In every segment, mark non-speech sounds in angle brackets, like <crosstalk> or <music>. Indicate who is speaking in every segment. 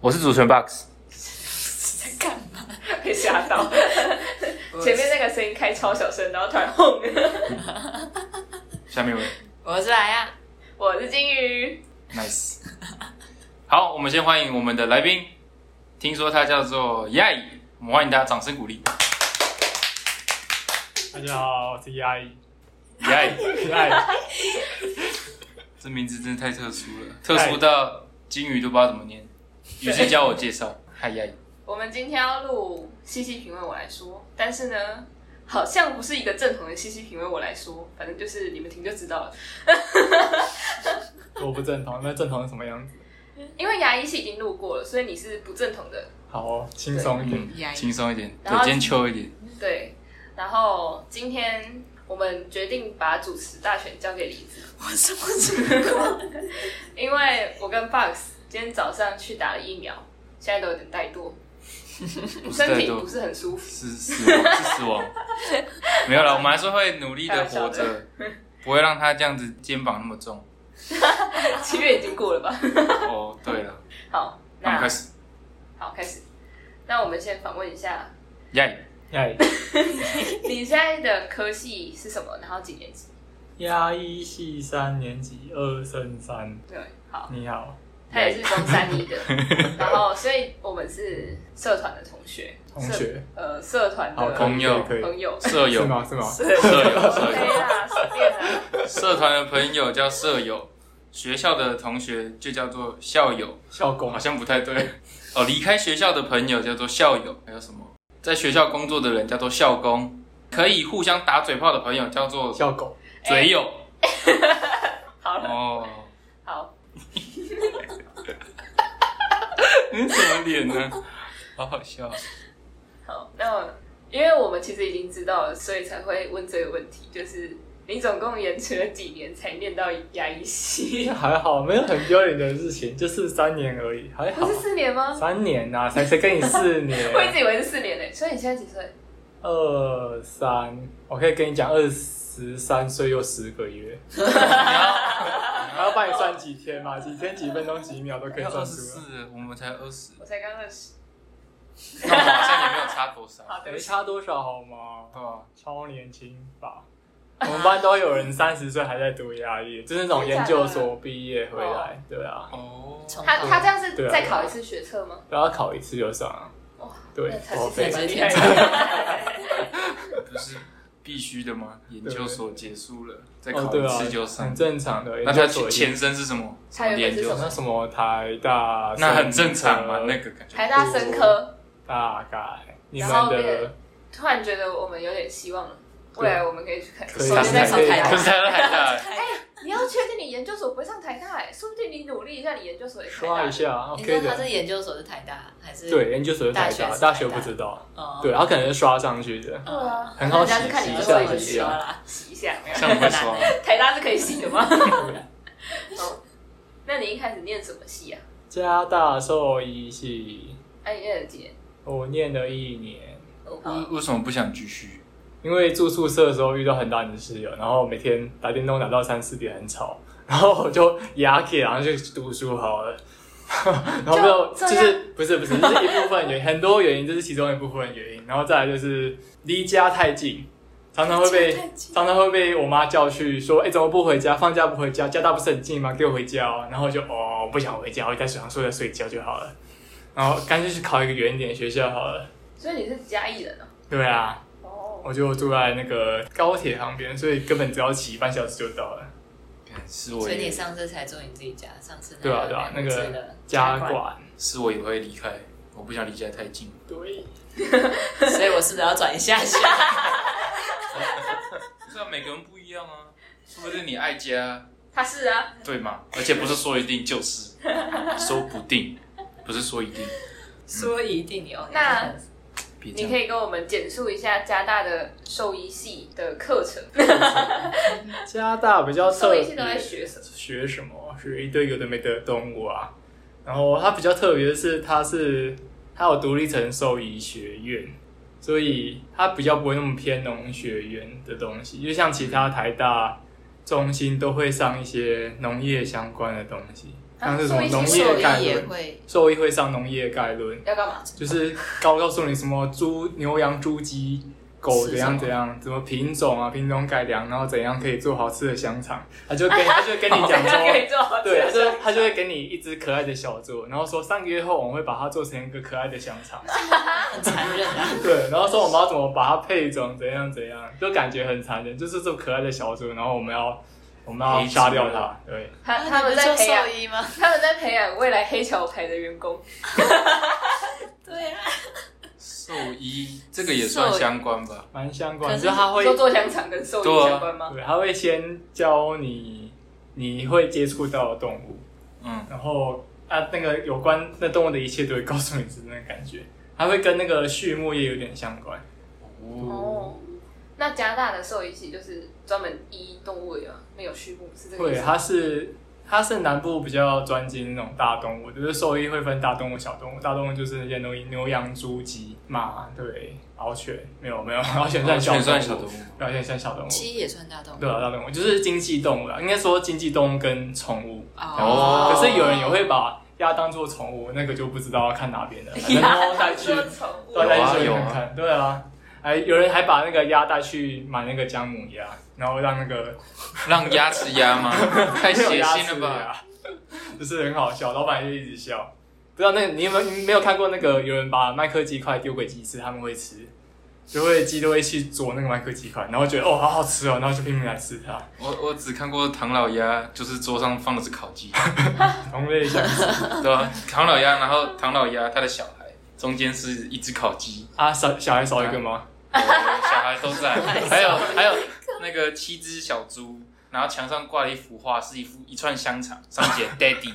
Speaker 1: 我是主持人 Box，
Speaker 2: 在干嘛？
Speaker 3: 被吓到，前面那个声音开超小声，然后突然轰。
Speaker 1: 下面一位
Speaker 2: 我是莱亚，
Speaker 3: <laughs> 我是金鱼， <laughs>
Speaker 1: Nice。好，我们先欢迎我们的来宾，听说他叫做亚乙，我们欢迎大家掌声鼓励
Speaker 4: 大家好，我是哎阿 <laughs> 姨。
Speaker 1: 亚乙。
Speaker 4: 嗨，
Speaker 1: 这名字真的太特殊了，特殊到金鱼都不知道怎么念。雨欣教我介绍，嗨亚乙，
Speaker 3: 我们今天要录细细品味我来说，但是呢，好像不是一个正统的细细品味我来说，反正就是你们听就知道了。
Speaker 4: 我不正统，那正统是什么样子？
Speaker 3: 因为牙医系已经录过了，所以你是不正统的，
Speaker 4: 好哦，轻松一点。
Speaker 1: 嗯
Speaker 2: 亚，乙
Speaker 1: 轻松一点，
Speaker 3: 然后
Speaker 1: 对，肩秋一点，
Speaker 3: 对。然后今天我们决定把主持大权交给李子，
Speaker 2: 我是不是？
Speaker 3: 因为我跟 Box 今天早上去打了疫苗，现在都有点怠惰，
Speaker 1: 不是
Speaker 3: 身
Speaker 1: 太
Speaker 3: 体
Speaker 1: 多
Speaker 3: 不，是很舒服。
Speaker 1: 是死亡，是死亡。 <laughs> 没有啦，我们还是会努力的活
Speaker 3: 开玩
Speaker 1: 着，不会让他这样子肩膀那么重。
Speaker 3: 七月已经
Speaker 1: <laughs>
Speaker 3: 过了吧？
Speaker 1: 哦，对了，
Speaker 3: 好，
Speaker 1: 那我
Speaker 3: 那
Speaker 1: 们开始，
Speaker 3: 好，开始。那我们先访问一下，
Speaker 1: 亚乙，
Speaker 4: 嗨，
Speaker 3: 你现在的科系是什么？然后几年级？
Speaker 4: 压一系三年级二升三，
Speaker 3: 对，好，
Speaker 4: 你好，
Speaker 3: 他也是中
Speaker 1: <laughs>
Speaker 3: 三一的，然后所以我们是社团的同学，
Speaker 4: 同
Speaker 3: 社
Speaker 4: 学，
Speaker 3: 呃，社团
Speaker 4: 好
Speaker 3: 的
Speaker 1: 哦朋友啊
Speaker 4: 可以，可
Speaker 3: 朋
Speaker 4: 以
Speaker 1: <laughs>
Speaker 3: 友，
Speaker 1: 舍友
Speaker 4: 是，吗？是吗？
Speaker 1: 舍
Speaker 4: <laughs>
Speaker 1: 友，舍友
Speaker 3: 对。啦，随便啦，
Speaker 1: 社团的朋友叫舍友，学校的同学就叫做校友，
Speaker 4: 校
Speaker 1: 我
Speaker 4: 工
Speaker 1: 好，像不太对哦。离开学校的朋友叫做校友，还有什么？在学校工作的人叫做校工，可以互相打嘴炮的朋友叫做
Speaker 4: 校狗，
Speaker 1: 嘴友。
Speaker 3: 好
Speaker 4: 哎
Speaker 3: 了，
Speaker 1: 哦，
Speaker 3: 好，
Speaker 1: 你怎嗯么脸呢？好好笑。
Speaker 3: 好，那我因为我们其实已经知道了，所以才会问这个问题，就是你总共延迟了几年才念到牙医
Speaker 4: 其
Speaker 3: 系
Speaker 4: 实？还好，没有很丢脸的事情，就是三年而已，还
Speaker 3: 不
Speaker 4: 好
Speaker 3: 是。四年吗？
Speaker 4: 三年呐、谁谁跟你
Speaker 3: <laughs>
Speaker 4: 四年？
Speaker 3: 我一直以为是四年呢，所以你现在几岁？
Speaker 4: 二三，我可以跟你讲，二十三岁又十个月，还要帮你算几天嘛？几天、几分钟、几秒都可以
Speaker 1: 要
Speaker 4: 算
Speaker 1: 二十
Speaker 4: 出来。
Speaker 1: 四，我们才二十，
Speaker 3: 我才刚认识。
Speaker 1: 那我好像也没有差多
Speaker 4: <laughs>
Speaker 1: 少。
Speaker 3: 好，对
Speaker 4: 没
Speaker 3: 不起。
Speaker 4: 差多少好吗？
Speaker 1: 哦，
Speaker 4: 超年轻
Speaker 3: <laughs>
Speaker 4: 吧？我们班都有人三十岁还在读牙医，就是那种研究所毕业回来，对啊，
Speaker 1: 哦，
Speaker 2: 从
Speaker 3: 他他这样是
Speaker 4: 对啊
Speaker 3: 再考一次学测吗？
Speaker 4: 然后考一次就上了
Speaker 3: 哇。
Speaker 4: 对哦
Speaker 3: 那，才是
Speaker 4: 我
Speaker 3: 才
Speaker 4: 非常
Speaker 3: 是
Speaker 2: 非
Speaker 3: 厉
Speaker 2: 常
Speaker 3: 害。
Speaker 1: 不是必须的吗？研究所结束了，再
Speaker 4: 哦，
Speaker 1: 考
Speaker 4: 对
Speaker 1: 一
Speaker 4: 啊
Speaker 1: 次就，上
Speaker 4: 很。正常的。
Speaker 1: 那他
Speaker 4: 研究所
Speaker 1: 前前
Speaker 4: 也
Speaker 1: 身是什么？
Speaker 3: 他原本是
Speaker 1: 研究
Speaker 3: 什么
Speaker 4: 那什么台大，
Speaker 1: 那很正常嘛，那
Speaker 4: 个
Speaker 1: 个感觉。
Speaker 3: 台大生
Speaker 4: 哦
Speaker 3: 科，
Speaker 4: 大概你们
Speaker 3: 然后变
Speaker 4: 的
Speaker 3: 突然觉得我们有点希望了，
Speaker 4: 对
Speaker 3: 未来我们可以去看。
Speaker 4: 可以
Speaker 3: 首
Speaker 4: 啊
Speaker 3: 先在考
Speaker 2: 可以
Speaker 3: 台
Speaker 1: <laughs> 可是
Speaker 4: <laughs>
Speaker 3: 大，
Speaker 1: 台大台大，
Speaker 3: 你要确定你研究所不会上台大，哎，说不定你努力一下，你研究所也上
Speaker 4: 刷
Speaker 3: 台
Speaker 4: 一
Speaker 3: 大。
Speaker 4: 下
Speaker 2: 你
Speaker 4: ，OK
Speaker 2: 知道他
Speaker 4: 的。
Speaker 2: 是研究所是台大还是？
Speaker 4: 对，研究所是台
Speaker 2: 大学
Speaker 4: 大，
Speaker 2: 是
Speaker 4: 大学
Speaker 2: 台大
Speaker 4: 不知道，
Speaker 2: 哦，嗯
Speaker 4: 对啊他可能是刷上去的。
Speaker 3: 对啊，
Speaker 4: 很好
Speaker 3: 人家是看
Speaker 4: 洗
Speaker 3: 你
Speaker 2: 研
Speaker 3: 研
Speaker 2: 究
Speaker 3: 究
Speaker 2: 所
Speaker 3: 所
Speaker 4: 一下
Speaker 2: 有
Speaker 3: 有
Speaker 4: 洗一
Speaker 2: 学
Speaker 4: 下
Speaker 3: 学，
Speaker 2: 啦。
Speaker 3: 洗一下没有？
Speaker 1: 像不会说，
Speaker 3: <laughs>
Speaker 1: 啊
Speaker 3: 台大是可以洗的吗？好，那你一开始念什么系啊？
Speaker 4: <laughs> 加大兽医系，
Speaker 3: 哎，你念了几年？
Speaker 4: 我念了一年，
Speaker 1: 为为什么不想继续？
Speaker 4: 因为住宿舍的时候遇到很烂的室友，然后每天打电动打到三四点，很吵，然后我就牙起，然后就去读书好了。 <laughs> 然后没有，
Speaker 3: 就
Speaker 4: 就
Speaker 3: 这样
Speaker 4: 是不是不是，这是一部分原因，很多原因，这是其中一部分原因。然后再来就是离家太近，常常会被
Speaker 2: 离家太近
Speaker 4: 常常会被我妈叫去说，哎、怎么不回家？放假不回家？家大不是很近吗？给我回家哦。然后我就哦，不想回家，我在水上睡在睡觉就好了。然后干脆去考一个远一点的学校好了。
Speaker 3: 所以你是嘉义人哦。
Speaker 4: 对啊，
Speaker 3: 哦，
Speaker 4: 我就住在那个高铁旁边，所以根本只要骑半小时就到了。
Speaker 1: 是我
Speaker 2: 所以你
Speaker 1: 也
Speaker 2: 上次才住你自己家，上次
Speaker 4: 对啊，对啊，那个家
Speaker 2: 管，
Speaker 4: 管，
Speaker 1: 是我也会离开，我不想离家太近。
Speaker 4: 对，
Speaker 2: 所以我是不是要转一下
Speaker 3: <laughs>
Speaker 2: 下？
Speaker 1: 是啊，每个人不一样啊，说不定你爱家，
Speaker 3: 他是啊，
Speaker 1: 对吗？而且不是说一定
Speaker 3: <laughs>
Speaker 1: 就是，说不定，不是说一定。
Speaker 2: 说一定你哦，
Speaker 3: 那
Speaker 1: 别这
Speaker 3: 你可
Speaker 1: 样，
Speaker 3: 以跟我们简述一下加大的兽医系的课程，
Speaker 4: 加大比较特
Speaker 3: 兽医
Speaker 4: 别
Speaker 3: 系都在学什么？
Speaker 4: 学什么？学一堆有的没的动物啊。然后它比较特别的是，它是它有独立成兽医学院，所以它比较不会那么偏农学院的东西，就像其他台大中心都会上一些农业相关的东西。像是什么农
Speaker 2: 兽
Speaker 4: 业概
Speaker 2: 医也
Speaker 4: 论，
Speaker 2: 会
Speaker 4: 兽医会上农业概论，
Speaker 3: 要干嘛？
Speaker 4: 就是告告诉你什么猪、牛羊、猪、鸡、狗
Speaker 2: 是
Speaker 4: 怎样
Speaker 2: 什么
Speaker 4: 怎样，怎么品种啊，品种改良，然后怎样可以做好吃的香肠，他就跟他就跟你讲
Speaker 3: <laughs> 可以
Speaker 4: 说。
Speaker 3: 做好吃
Speaker 4: 对，他
Speaker 3: 的
Speaker 4: 就他就会给你一只可爱的小猪，然后说三个月后我们会把它做成一个可爱的香肠，
Speaker 2: 很残忍
Speaker 3: <laughs>
Speaker 2: 啊，
Speaker 4: 对，然后说我们要怎么把它配种，怎样怎样，就感觉很残忍，就是这么可爱的小猪，然后我们要我们要
Speaker 1: 黑
Speaker 4: 杀
Speaker 1: 猪
Speaker 4: 掉它，对，
Speaker 3: 他他们在
Speaker 2: 做
Speaker 3: 培养
Speaker 2: 兽，医吗？
Speaker 3: 他们在培养未来黑桥牌的员工。
Speaker 2: 对啊，
Speaker 1: 兽医这个也算
Speaker 2: 兽医
Speaker 1: 相关吧？
Speaker 4: 蛮相
Speaker 2: 可
Speaker 4: 关，
Speaker 2: 是
Speaker 4: 就他会
Speaker 3: 说做香肠跟兽医
Speaker 1: 对啊
Speaker 3: 相关吗？
Speaker 4: 对，他会先教你你会接触到的动物，
Speaker 1: 嗯，
Speaker 4: 然后啊，那个有关那动物的一切都会告诉你是那个感觉，还会跟那个畜牧业有点相关。
Speaker 1: 哦，
Speaker 4: 嗯
Speaker 3: 哦，那加拿大的兽医系就是专门医动物的吗？没有畜牧是这个意
Speaker 4: 对，
Speaker 3: 思吗？
Speaker 4: 它是它是南部比较专精那种大动物，就是兽医会分大动物、小动物。大动物就是那些牛、牛羊、猪、鸡、马，对，獒犬没有没有，獒犬算小
Speaker 1: 全算哦小
Speaker 4: 动
Speaker 1: 动
Speaker 4: 物，
Speaker 1: 物，
Speaker 4: 对獒犬算小动物。
Speaker 2: 鸡也算大动物
Speaker 4: 对啊，大动物就是经济动物啦，应该说经济动物跟宠物。
Speaker 1: 哦
Speaker 4: 可是有人也会把鸭当做宠物，那个就不知道要看哪边的，反正
Speaker 3: 鸭
Speaker 4: 都带去，
Speaker 3: 做宠物
Speaker 4: 都带
Speaker 1: 有
Speaker 4: 去
Speaker 1: 啊有
Speaker 4: 秀看
Speaker 1: 啊
Speaker 4: 看。对啊，还有人还把那个鸭带去买那个姜母鸭，然后让那个
Speaker 1: 让鸭吃鸭吗？太
Speaker 4: <laughs> 没有
Speaker 1: 血
Speaker 4: 鸭
Speaker 1: 腥
Speaker 4: 吃
Speaker 1: 了吧！
Speaker 4: 鸭，就是很好笑，老板就一直笑。不知道那个你有没有你没有看过那个有人把麦克鸡块丢给鸡吃，他们会吃，就会鸡都会去啄那个麦克鸡块，然后觉得哦好好吃哦，然后就拼命来吃它，
Speaker 1: 我我只看过唐老鸭，就是桌上放的是烤鸡， <laughs>
Speaker 4: 同类相似。
Speaker 1: 对吧、唐老鸭，然后唐老鸭他的小孩中间是一只烤
Speaker 4: <laughs>
Speaker 1: 鸡，
Speaker 4: 啊，少小孩少一个吗？
Speaker 1: 呃小孩都在，还有还有那个七只小猪，然后墙上挂了一幅画，是一幅一串香肠，上面写 daddy，
Speaker 4: <laughs>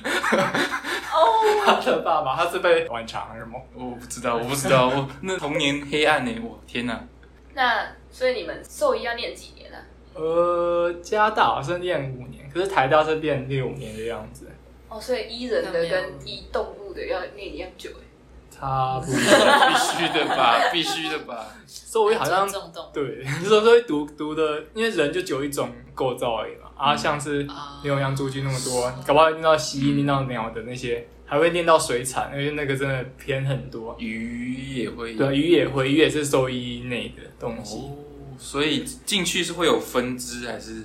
Speaker 4: 他的爸爸他是被晚肠还是什么？
Speaker 1: 我不知道，我不知道，我那童年黑暗呢、我天哪、
Speaker 3: <laughs> 那所以你们兽医要念几年啊？
Speaker 4: 呃，加大好像练五年，可是台大是练六年的样子，
Speaker 3: 哦，所以医人的
Speaker 2: 那没有
Speaker 3: 跟医动物的要念一样久哎。
Speaker 4: 差不多。
Speaker 1: 必须的吧，必须的吧，
Speaker 4: 所以好像
Speaker 2: 尊重动物
Speaker 4: 对，你说说读读的，因为人就只有一种构造而已嘛。啊，像是
Speaker 2: 啊
Speaker 4: 牛羊猪鸡那么多，搞不好念到蜥蜴、念到鸟的那些，还会念到水产，因为那个真的偏很多。
Speaker 1: 鱼也会
Speaker 4: 对，啊鱼也会，鱼也是兽医内的东西。
Speaker 1: 哦，所以进去是会有分支还是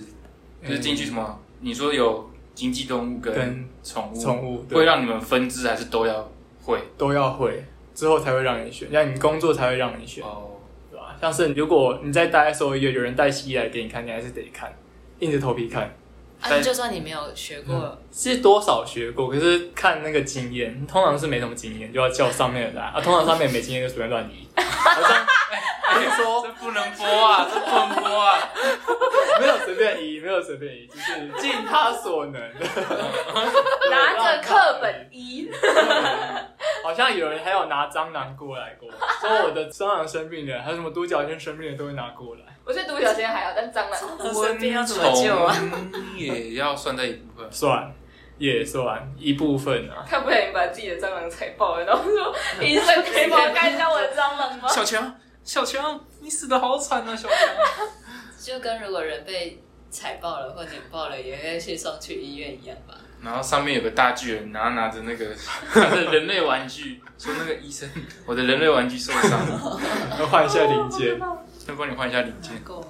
Speaker 1: 就是进去什么？你说有经济动物跟
Speaker 4: 嗯跟
Speaker 1: 宠物，
Speaker 4: 宠物对
Speaker 1: 会让你们分支还是都要会？
Speaker 4: 都要会，之后才会让你选，让你工作才会让你选。
Speaker 1: 哦，
Speaker 4: 对吧？像是如果你在待的时候，有有人带蜥蜴来给你看，你还是得看，硬着头皮看。
Speaker 2: 啊，你就算你没有学过，
Speaker 4: 是多少学过，可是看那个经验，通常是没什么经验，就要叫上面的来啊。通常上面没经验就随便乱移。好像
Speaker 1: 你说 <laughs> 这不能播
Speaker 2: <laughs>
Speaker 1: 啊，这不能播啊！
Speaker 4: <laughs> 没有随便移，没有随便移，就是尽他所能。
Speaker 3: <laughs> <laughs> 拿着课本医，
Speaker 4: <laughs> 好像有人还有拿蟑螂过来过，说我的蟑螂生病了，还有什么独角仙生病了都会拿过来。
Speaker 3: 我觉得独角仙还好，但蟑螂 <laughs>
Speaker 4: 嗯
Speaker 2: 生病要怎么救啊？
Speaker 1: 宠也要算在一部分。
Speaker 4: 算也算一部分啊。
Speaker 3: 看不了你把自己的蟑螂踩爆了，然后
Speaker 4: <laughs>
Speaker 3: 说医生可以帮我看一下我的蟑螂吗？
Speaker 1: 小强，小强，你死的好惨啊，小
Speaker 2: <laughs>
Speaker 1: 强！
Speaker 2: 就跟如果人被踩爆了或碾爆了，也会去送去医院一样吧？
Speaker 1: 然后上面有个大巨人，然后拿着那
Speaker 2: <laughs>
Speaker 1: 个拿着人类玩具，说那个医生，我的人类玩具受伤
Speaker 2: <laughs>
Speaker 1: 了，
Speaker 4: 要换一下零件，
Speaker 1: 先帮你换一下零件。
Speaker 2: 够吗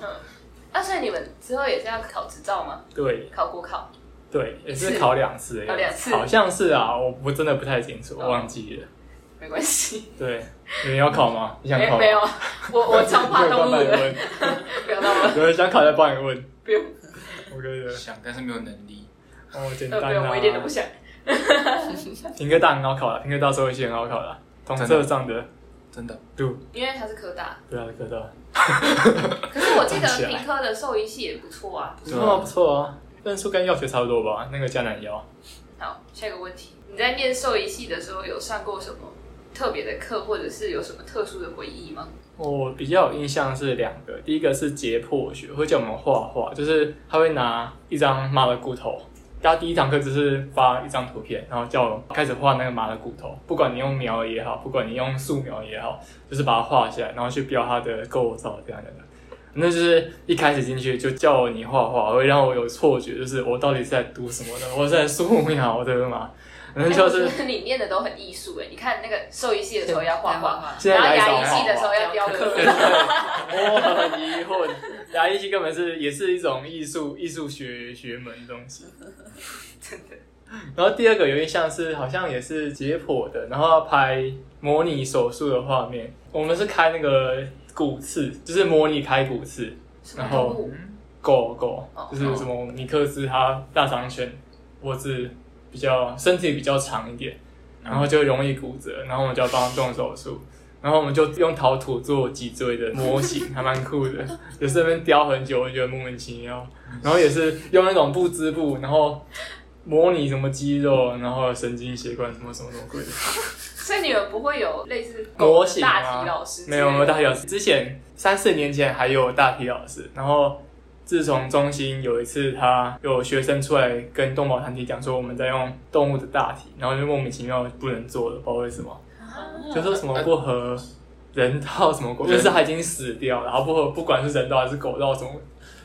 Speaker 3: 啊，所以你们之后也是要考执照吗？
Speaker 4: 对。
Speaker 3: 考国考？
Speaker 4: 对，也是考两次的样子，
Speaker 3: 考两次
Speaker 4: 好像是啊，我我真的不太清楚，
Speaker 3: 哦
Speaker 4: 我忘记了。
Speaker 3: 没关系，
Speaker 4: 对，你要考吗？你想考
Speaker 3: 没
Speaker 4: 吗？
Speaker 3: 没有，我我超怕动物
Speaker 4: 我有
Speaker 3: 的，
Speaker 4: 帮你问，
Speaker 3: 不要闹了，
Speaker 4: 有人想考再帮你问，
Speaker 3: 不用，
Speaker 4: 我可以的。
Speaker 1: 想，但是没有能力。
Speaker 4: 哦，简
Speaker 3: 呃，
Speaker 4: 单
Speaker 3: <laughs> 不用，
Speaker 4: 啊
Speaker 3: 我一点都不。想。
Speaker 4: 评科大很好考的，评科大所有系很好考的，统测上的
Speaker 1: 真的，
Speaker 4: 度，
Speaker 3: 因为他是科大，
Speaker 4: 对啊，科大，
Speaker 3: 可是我记
Speaker 4: 想起
Speaker 3: 得
Speaker 4: 来
Speaker 3: 平科的兽医系也不错啊。
Speaker 4: 不
Speaker 1: 对啊
Speaker 4: 错啊，不错啊，分数跟药学差不多吧？那个江南药，
Speaker 3: 好，下一个问题，你在念兽医系的时候有上过什么特别的课，或者是有什么特殊的回忆吗？
Speaker 4: 我比较有印象是两个，第一个是解剖学，会叫我们画画，就是他会拿一张马的骨头，大家第一堂课只是发一张图片，然后叫我开始画那个马的骨头，不管你用描也好，不管你用素描也好，就是把它画下来，然后去标它的构造这样的。那就是一开始进去就叫你画画，会让我有错觉，就是我到底是在读什么的，我是在素描的嘛？然后就
Speaker 3: 哎我
Speaker 4: 是
Speaker 3: 觉得里面的都很艺术哎，你看那个兽医系的时候要画画，
Speaker 2: 画
Speaker 4: 现
Speaker 3: 然后
Speaker 4: 在来一
Speaker 3: 牙
Speaker 4: 种
Speaker 3: 医系 <laughs> 的时候要雕刻，
Speaker 4: 我很疑惑，牙医系根本是也是一种艺术艺术学学门的东西。
Speaker 3: 真的。
Speaker 4: 然后第二个有点像是好像也是解剖的，然后要拍模拟手术的画面。我们是开那个骨刺，就是模拟开骨刺，然后
Speaker 3: 动物
Speaker 4: 狗狗
Speaker 3: 哦
Speaker 4: 就是什么尼克斯它大长犬，脖子比较身体比较长一点，然后就容易骨折，然后我们就要帮它动手术。然后我们就用陶土做脊椎的模型， <laughs> 还蛮酷的，就是那边雕很久，我觉得莫名其妙。然后也是用那种布织布，然后模拟什么肌肉，然后神经血管什么什么什么鬼的。
Speaker 3: 所以你们不会有类似
Speaker 4: 模型
Speaker 3: 大
Speaker 4: 啊
Speaker 3: 体老师之类
Speaker 4: 没
Speaker 3: 的？
Speaker 4: 有没有大体老师，之前三四年前还有大体老师，然后自从中心有一次他有学生出来跟动保团体讲说我们在用动物的大体，然后就莫名其妙不能做了，不知道为什么，就说什么不合人道什么鬼，就是他已经死掉了，然后不合不管是人道还是狗道什么，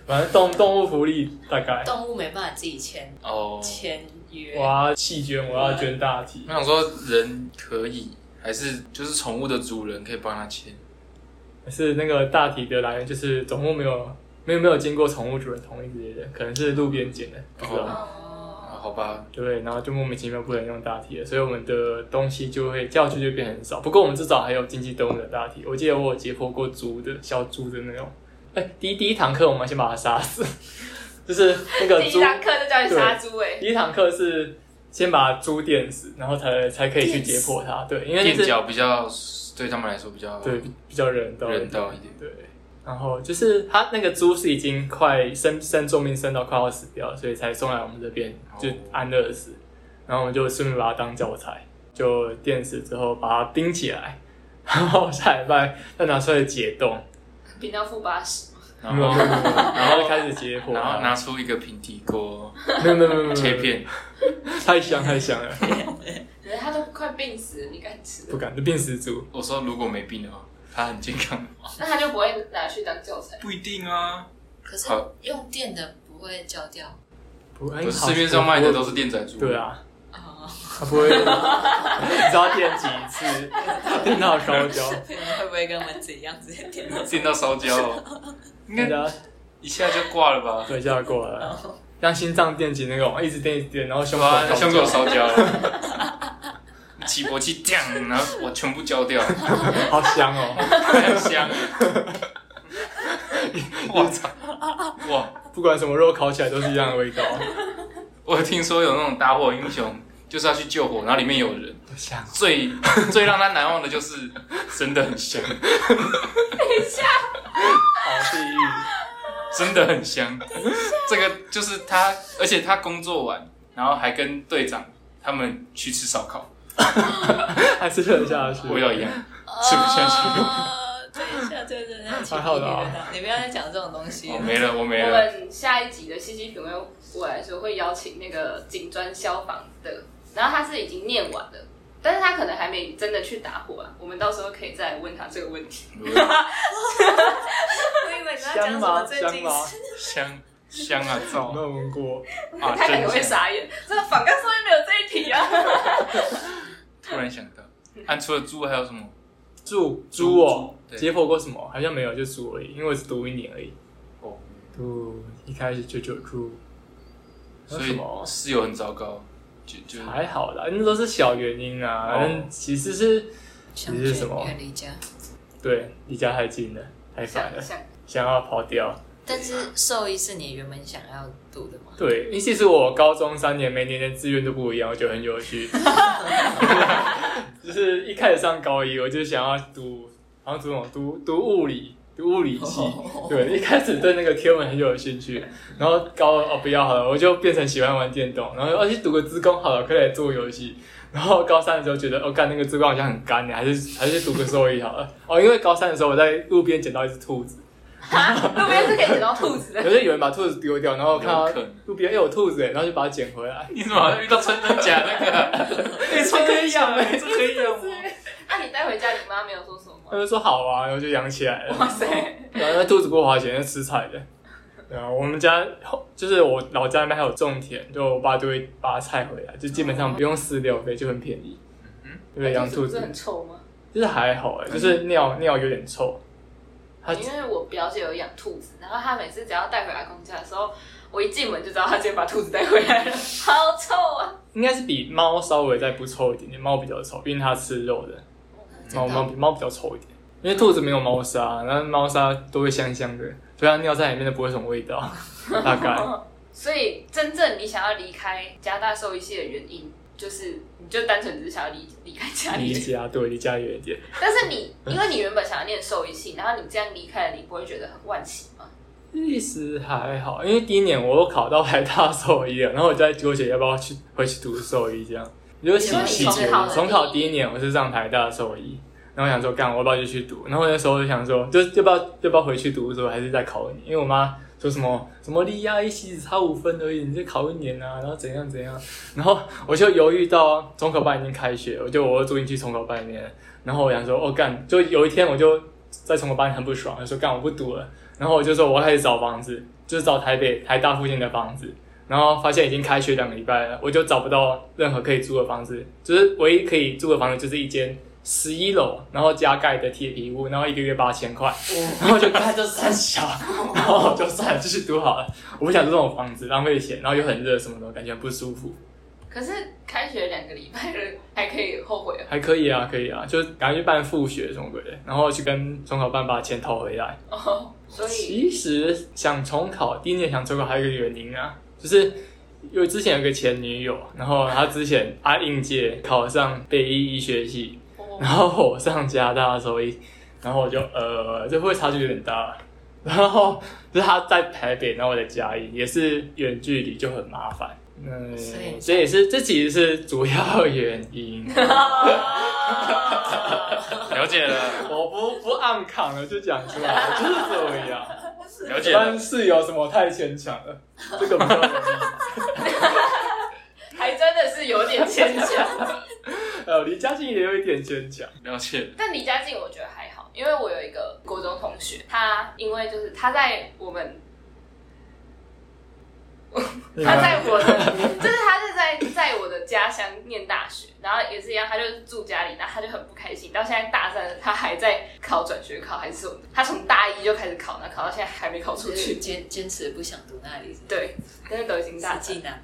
Speaker 4: 反正动动物福利大概，
Speaker 2: 动物没办法自己签
Speaker 1: 哦，
Speaker 2: 签约
Speaker 4: 我，要弃捐，我要捐大体
Speaker 1: 我，想说人可以，还是就是宠物的主人可以帮他签。
Speaker 4: 是那个大体的来源就是总共没有。没有没有经过宠物主人同意之类的，可能是路边捡的，不知
Speaker 1: 哦
Speaker 4: 道。
Speaker 3: 哦，
Speaker 1: 啊，好吧，
Speaker 4: 对，然后就莫名其妙不能用大题了，所以我们的东西就会教具就变很少。不过我们至少还有经济动物的大题，我记得我有解剖过猪的小猪的那种。哎，第一第一堂课我们先把它杀死，就是那个
Speaker 3: 第
Speaker 4: 猪
Speaker 3: 一。堂课就叫你杀猪哎，
Speaker 4: 第一堂课是先把猪电死，然后才才可以去解剖它。对，因为
Speaker 1: 垫
Speaker 4: 是
Speaker 1: 脚比较对他们来说比较
Speaker 4: 对比较人道一点
Speaker 1: 人道一点。
Speaker 4: 对，然后就是它那个猪是已经快生生重病生到快要死掉了，所以才送来我们这边
Speaker 1: 哦
Speaker 4: 就安乐死，然后我们就顺便把它当教材，就电死之后把它钉起来，然后下礼拜再拿出来解冻，
Speaker 3: 频道负八十，
Speaker 1: 然
Speaker 4: 没有
Speaker 1: 后
Speaker 4: 没有没有 <laughs> 然后就开始解剖，
Speaker 1: 哦然后拿出一个平底锅
Speaker 4: 没有没有没有没有
Speaker 1: 切，片，
Speaker 4: 太香太香了，
Speaker 3: 可是他都快病死了，你敢吃？
Speaker 4: 不敢，就变死猪。
Speaker 1: 我说如果没病的话，它很健康，
Speaker 3: 那他就不会拿去当教材。
Speaker 1: 不一定啊。
Speaker 2: 可是
Speaker 1: 好
Speaker 2: 用电的不会焦掉
Speaker 4: 不哎
Speaker 1: 不是
Speaker 4: 好
Speaker 1: 市面上卖的都是电仔猪，
Speaker 4: 对，啊，
Speaker 2: 哦，
Speaker 4: 它不会，你 <laughs> 知道电几次，电到烧焦，
Speaker 2: 你们会不会跟蚊子一样直接
Speaker 1: <laughs>
Speaker 2: 电到？
Speaker 1: 电到烧焦哦，应
Speaker 4: 人
Speaker 1: 该
Speaker 4: 家
Speaker 1: 一下就挂了吧？
Speaker 4: 对，叫他过来，
Speaker 3: 哦
Speaker 4: 像心脏电击那种，一直电一直电，然后胸口
Speaker 1: 哇，
Speaker 4: 啊烧
Speaker 1: 胸口
Speaker 4: 焦，
Speaker 1: 啊烧焦了，起搏器这样，然后我全部焦掉，
Speaker 4: <laughs> 好香哦！
Speaker 1: 很香。我操！哇，
Speaker 4: 不管什么肉烤起来都是一样的味道，
Speaker 1: 我听说有那种打火英雄，就是要去救火，然后里面有人。
Speaker 4: 好香。哦
Speaker 1: 最 <laughs> 最让他难忘的就是真的很香，
Speaker 4: 好地狱，
Speaker 1: 真的很香。这个就是他，而且他工作完，然后还跟队长他们去吃烧烤，
Speaker 4: 还是忍下去。
Speaker 1: 味道一样。
Speaker 4: 吃不下去
Speaker 2: 去。等一下，啊对对对，那请
Speaker 4: 还好啦
Speaker 2: 你你不要再讲这种东西
Speaker 1: 我
Speaker 2: 了。
Speaker 1: 哦没了，我没
Speaker 3: 我
Speaker 1: 了。
Speaker 3: 们下一集的西西品味过来的时候，会邀请那个警专消防的，然后他是已经念完了，但是他可能还没真的去打火啊。我们到时候可以再来问他这个问题。
Speaker 2: 我以为你要讲什么
Speaker 4: 香吗？
Speaker 2: 最
Speaker 4: 香
Speaker 2: 近
Speaker 4: 吗？
Speaker 1: 香香啊，
Speaker 4: 有
Speaker 1: 操
Speaker 3: <laughs>
Speaker 4: 没有闻过？
Speaker 1: 啊，
Speaker 3: 他可
Speaker 1: 真
Speaker 3: 能会
Speaker 1: 香！
Speaker 3: 傻眼，这个反纲上面没有这一题啊。
Speaker 1: 突然想到，按除了猪还有什么？
Speaker 4: 猪猪哦，
Speaker 1: 嗯对
Speaker 4: 解剖过什么？好像没有，就猪而已，因为我只读一年而已。
Speaker 1: 哦，
Speaker 4: 读一开始就就猪，还有
Speaker 1: 所
Speaker 4: 什
Speaker 1: 以
Speaker 4: 么？
Speaker 1: 室友很糟糕，就就
Speaker 4: 还好啦，那都是小原因啊。
Speaker 1: 哦
Speaker 4: 反正其实是
Speaker 2: <laughs> 想
Speaker 4: 你是什么
Speaker 2: 去远离家，
Speaker 4: 对离家太近了，太烦
Speaker 3: 想
Speaker 4: 了，
Speaker 3: 想，
Speaker 4: 想要跑掉。
Speaker 2: 但是兽医是你原本想要
Speaker 1: <laughs>
Speaker 2: 读的吗？
Speaker 4: 对，因为其实我高中三年每年的志愿都不一样，我觉得很有趣。 <laughs> 就是一开始上高一，我就想要读，好像读什么读读物理，读物理系。对，一开始对那个天文很有兴趣，然后高二哦不要好了，我就变成喜欢玩电动，然后而且读个资工好了，可以来做游戏。然后高三的时候觉得，哦，干那个资工好像很干，你还是还是读个兽医好了。哦，因为高三的时候我在路边捡到一只兔子，
Speaker 3: 路边是可以捡到兔子的
Speaker 4: 可。是有人把兔子丢掉，然后看到
Speaker 1: 有可能
Speaker 4: 路边哎有兔子耶，然后就把它捡回来。
Speaker 1: <laughs> 你怎么好像遇到穿真假那
Speaker 4: <laughs>
Speaker 1: 个啊？哎，穿真假，哎这可
Speaker 3: <laughs>
Speaker 1: 以养吗？
Speaker 3: 那、你带回家，你妈没有说什么吗？
Speaker 4: 他就说好啊，然后就养起来了。
Speaker 3: 哇塞，
Speaker 4: 对然后那兔子过滑前是吃菜的。对啊，我们家后就是我老家那边还有种田，就我爸就会拔菜回来，就基本上不用饲料费，就很便宜。对，养兔
Speaker 3: <laughs> 不是
Speaker 4: 子
Speaker 3: 很臭吗？
Speaker 4: 就是还好哎、就是尿尿有点臭。它
Speaker 3: 因为我表姐有养兔子，然后她每次只要带回来公家的时候，我一进门就知道她今天把兔子带回来了， <laughs> 好臭啊！
Speaker 4: 应该是比猫稍微再不臭一点点，猫比较臭，毕竟它吃肉的，猫猫猫比较臭一点。因为兔子没有猫砂，然后猫砂都会香香的，所以它尿在里面都不会有什么味道，大概。
Speaker 3: 所以真正你想要离开加拿大兽医系的原因，就是你就单纯只是想要离离开家
Speaker 4: 离
Speaker 3: 里，
Speaker 4: 家对离家远一点，
Speaker 3: 但是你因为你原本想要念兽医系，然后你这样离开了，你不会觉得很惋惜吗？
Speaker 4: 其实还好，因为第一年我又考到台大兽医了，然后我就在纠结要不要去回去读兽医这样。我就洗
Speaker 3: 你说你
Speaker 4: 洗
Speaker 3: 重
Speaker 4: 决
Speaker 3: 考
Speaker 4: 定，
Speaker 3: 了
Speaker 4: 重考
Speaker 3: 第
Speaker 4: 第
Speaker 3: 一
Speaker 4: 一年我是上台大兽医，然后我想说干，我要不要就去读？然后那时候就想说，就要不要要不要回去读的时候还是在考一年，因为我妈说什么什么利亚一起只差五分而已，你就考一年啊，然后怎样怎样，然后我就犹豫到重考班已经开学，我就我又住进去重考班里面，然后我想说，哦干，就有一天我就在重考班很不爽，就说干我不读了，然后我就说我要开始找房子，就是找台北台大附近的房子，然后发现已经开学两个礼拜了，我就找不到任何可以租的房子，就是唯一可以租的房子就是一间十一楼，然后加盖的铁皮屋，然后一个月八千块，然后就看这三小，然后我就算了，继续读好了，我不想住这种房子，浪费钱，然后又很热什么的，感觉很不舒服。
Speaker 3: 可是开学两个礼拜了，还可以后悔哦
Speaker 4: 还可以啊，可以啊，就是赶快去办复学什么鬼的，然后去跟重考办把钱讨回来。
Speaker 3: 哦。所以
Speaker 4: 其实想重考，第一年想重考还有一个原因啊，就是因为之前有个前女友，然后她之前她应届考上北医医学系，
Speaker 3: 哦
Speaker 4: 然后我上加拿大的时候，然后我就呃，这会差距有点大。然后就是她在台北，然后我在嘉义，也是远距离就很麻烦。嗯，
Speaker 2: 所以
Speaker 4: 这也是这其实是主要原因。 <laughs>
Speaker 1: 了解了，
Speaker 4: 我不不暗扛了，就讲出来了，就是这样。
Speaker 1: 了解
Speaker 4: 但
Speaker 1: 了，
Speaker 4: 是有什么太牵强了，这个不叫
Speaker 1: <laughs>
Speaker 3: 还真的是有点牵强。
Speaker 4: 呃，离家近也有一点牵强。
Speaker 1: 了解了，
Speaker 3: 但离家近我觉得还好，因为我有一个国中同学，他因为就是他在我们，他在我的， <laughs> 就是他是在在我的家乡念大学，然后也是一样，他就住家里，然后他就很不开心，到现在大三了，他还在考转学考还是什么的，他从大一就开始考，那考到现在还没考出
Speaker 2: 就是
Speaker 3: 去。
Speaker 2: 坚坚持不想读那里，是
Speaker 3: 对，但是都已经大
Speaker 2: 实
Speaker 3: 三
Speaker 2: 际，难吗？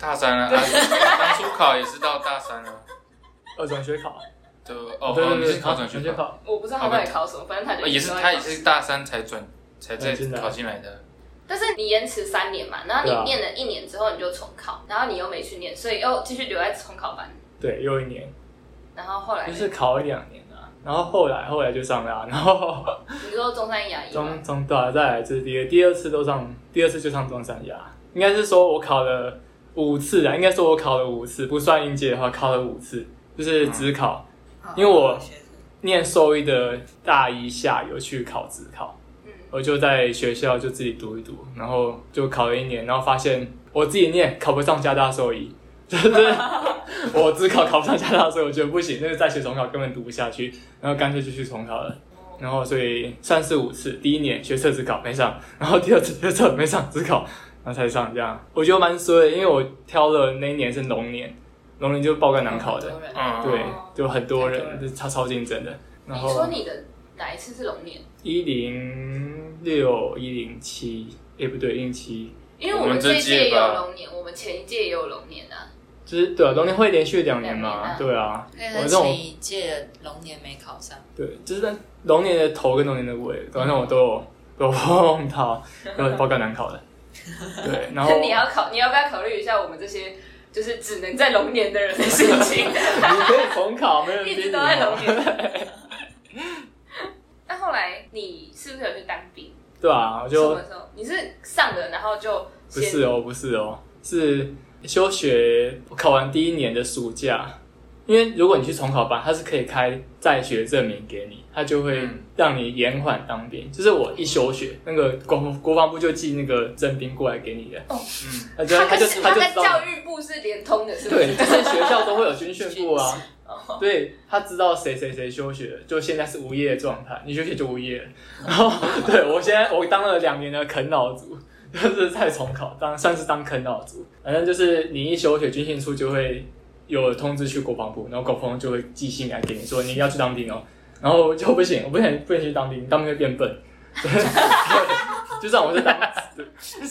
Speaker 1: 大三了、啊，当初考也是到大三了、
Speaker 4: 呃转学考，
Speaker 1: 对哦，
Speaker 4: 对
Speaker 1: 哦
Speaker 4: 对
Speaker 1: 你
Speaker 4: 对，
Speaker 1: 是考转学
Speaker 4: 学
Speaker 1: 考，
Speaker 4: 考，
Speaker 3: 我不知道他到底考什么，反正他就
Speaker 1: 哦也是
Speaker 3: 一直都在
Speaker 1: 他也
Speaker 3: 考
Speaker 1: 是大三才转才再
Speaker 4: 转进来
Speaker 1: 考进来的，
Speaker 3: 但是你延迟三年嘛，然后
Speaker 4: 对啊
Speaker 3: 你念了一年之后你就重考，然后你又没去念，所以又继续留在重考班，
Speaker 4: 对，又一年，
Speaker 3: 然后后来
Speaker 4: 就
Speaker 3: 呢
Speaker 4: 是考一两年啊。然后后来后来就上啊啦，然后
Speaker 3: 你说中山牙医嘛
Speaker 1: 嗯
Speaker 4: 中，中对啊，再来这是第二第二次都上，第二次就上中山牙，应该是说我考了五次啊，应该说我考了五次，不算应届的话考了五次，就是
Speaker 1: 嗯
Speaker 4: 只考。
Speaker 2: 哦
Speaker 4: 因为我念兽医的大一下有去考职考，
Speaker 3: 嗯
Speaker 4: 我就在学校就自己读一读，然后就考了一年，然后发现我自己念考不上加大兽医，就是 <laughs> 我只考考不上加大兽医，我觉得不行，那个在学重考根本读不下去，然后干脆就去重考了。然后所以算是五次，第一年学测只考没上，然后第二次学测没上只考，然后才上这样，我觉得蛮衰的，因为我挑了那一年是龙年，龙年就爆肝难考的，哦
Speaker 2: 很
Speaker 1: 嗯，
Speaker 2: 多人
Speaker 4: 对，
Speaker 3: 哦
Speaker 4: 就很多
Speaker 2: 太
Speaker 4: 人，
Speaker 2: 多
Speaker 4: 就超超竞争的。然
Speaker 3: 你说
Speaker 4: 后
Speaker 3: 你的哪一次是龙年？
Speaker 4: 一零六、一零七，哎不对，一零七，
Speaker 3: 因为我
Speaker 1: 我
Speaker 3: 们
Speaker 1: 们这
Speaker 3: 这一届也
Speaker 1: 届
Speaker 3: 有
Speaker 1: 吧
Speaker 3: 龙年，我们前一届也有龙年啊。
Speaker 4: 就是对啊，龙年会连续两
Speaker 3: 两年
Speaker 4: 年嘛，
Speaker 3: 啊
Speaker 4: 对啊，
Speaker 2: 那
Speaker 4: 我
Speaker 2: 个
Speaker 4: 这种
Speaker 2: 前一届的龙年没考上，
Speaker 4: 对，就是在龙年的头跟龙年的尾，反正我都 <laughs> 有都有碰到，都有报告难考的。对，然后
Speaker 3: <laughs> 你要考，你要不要考虑一下我们这些就是只能在龙年的人的心
Speaker 4: <laughs>
Speaker 3: 情？ <laughs>
Speaker 4: 你可以重考，没人逼
Speaker 3: 一
Speaker 4: 你
Speaker 3: 直都在
Speaker 4: 哦。
Speaker 3: 龙年。 <laughs> 那后来你是不是有去当兵？
Speaker 4: 对啊，我
Speaker 3: 什
Speaker 4: 就
Speaker 3: 么时候？你是上了然后就
Speaker 4: 不
Speaker 3: 先
Speaker 4: 是哦，不是哦，是休学我考完第一年的暑假，因为如果你去重考班，他是可以开在学证明给你，他就会
Speaker 1: 嗯
Speaker 4: 让你延缓当兵。就是我一休学，那个国国防部就寄那个征兵过来给你的，
Speaker 1: 嗯，
Speaker 4: 他就
Speaker 3: 他
Speaker 4: 他就
Speaker 3: 跟
Speaker 4: 他
Speaker 3: 他
Speaker 4: 就
Speaker 3: 跟
Speaker 4: 知道
Speaker 3: 教
Speaker 4: 你。
Speaker 3: 育部是连通的，是不哦
Speaker 4: 对，
Speaker 3: 是？ <laughs>
Speaker 4: 就是学校都会有军训部啊，对他知道谁谁谁休学，就现在是无业的状态，你休学就无业 <laughs> 了。然后对我现在我当了两年的啃老族， <laughs> 就是在重考当算是当啃老族，反正就是你一休学，军训处就会有通知去国防部，然后国防部就会寄信来给你说你要去当兵哦，然后我就不行，我不能不能去当兵，当兵会变笨。 <laughs> 对就像我是当，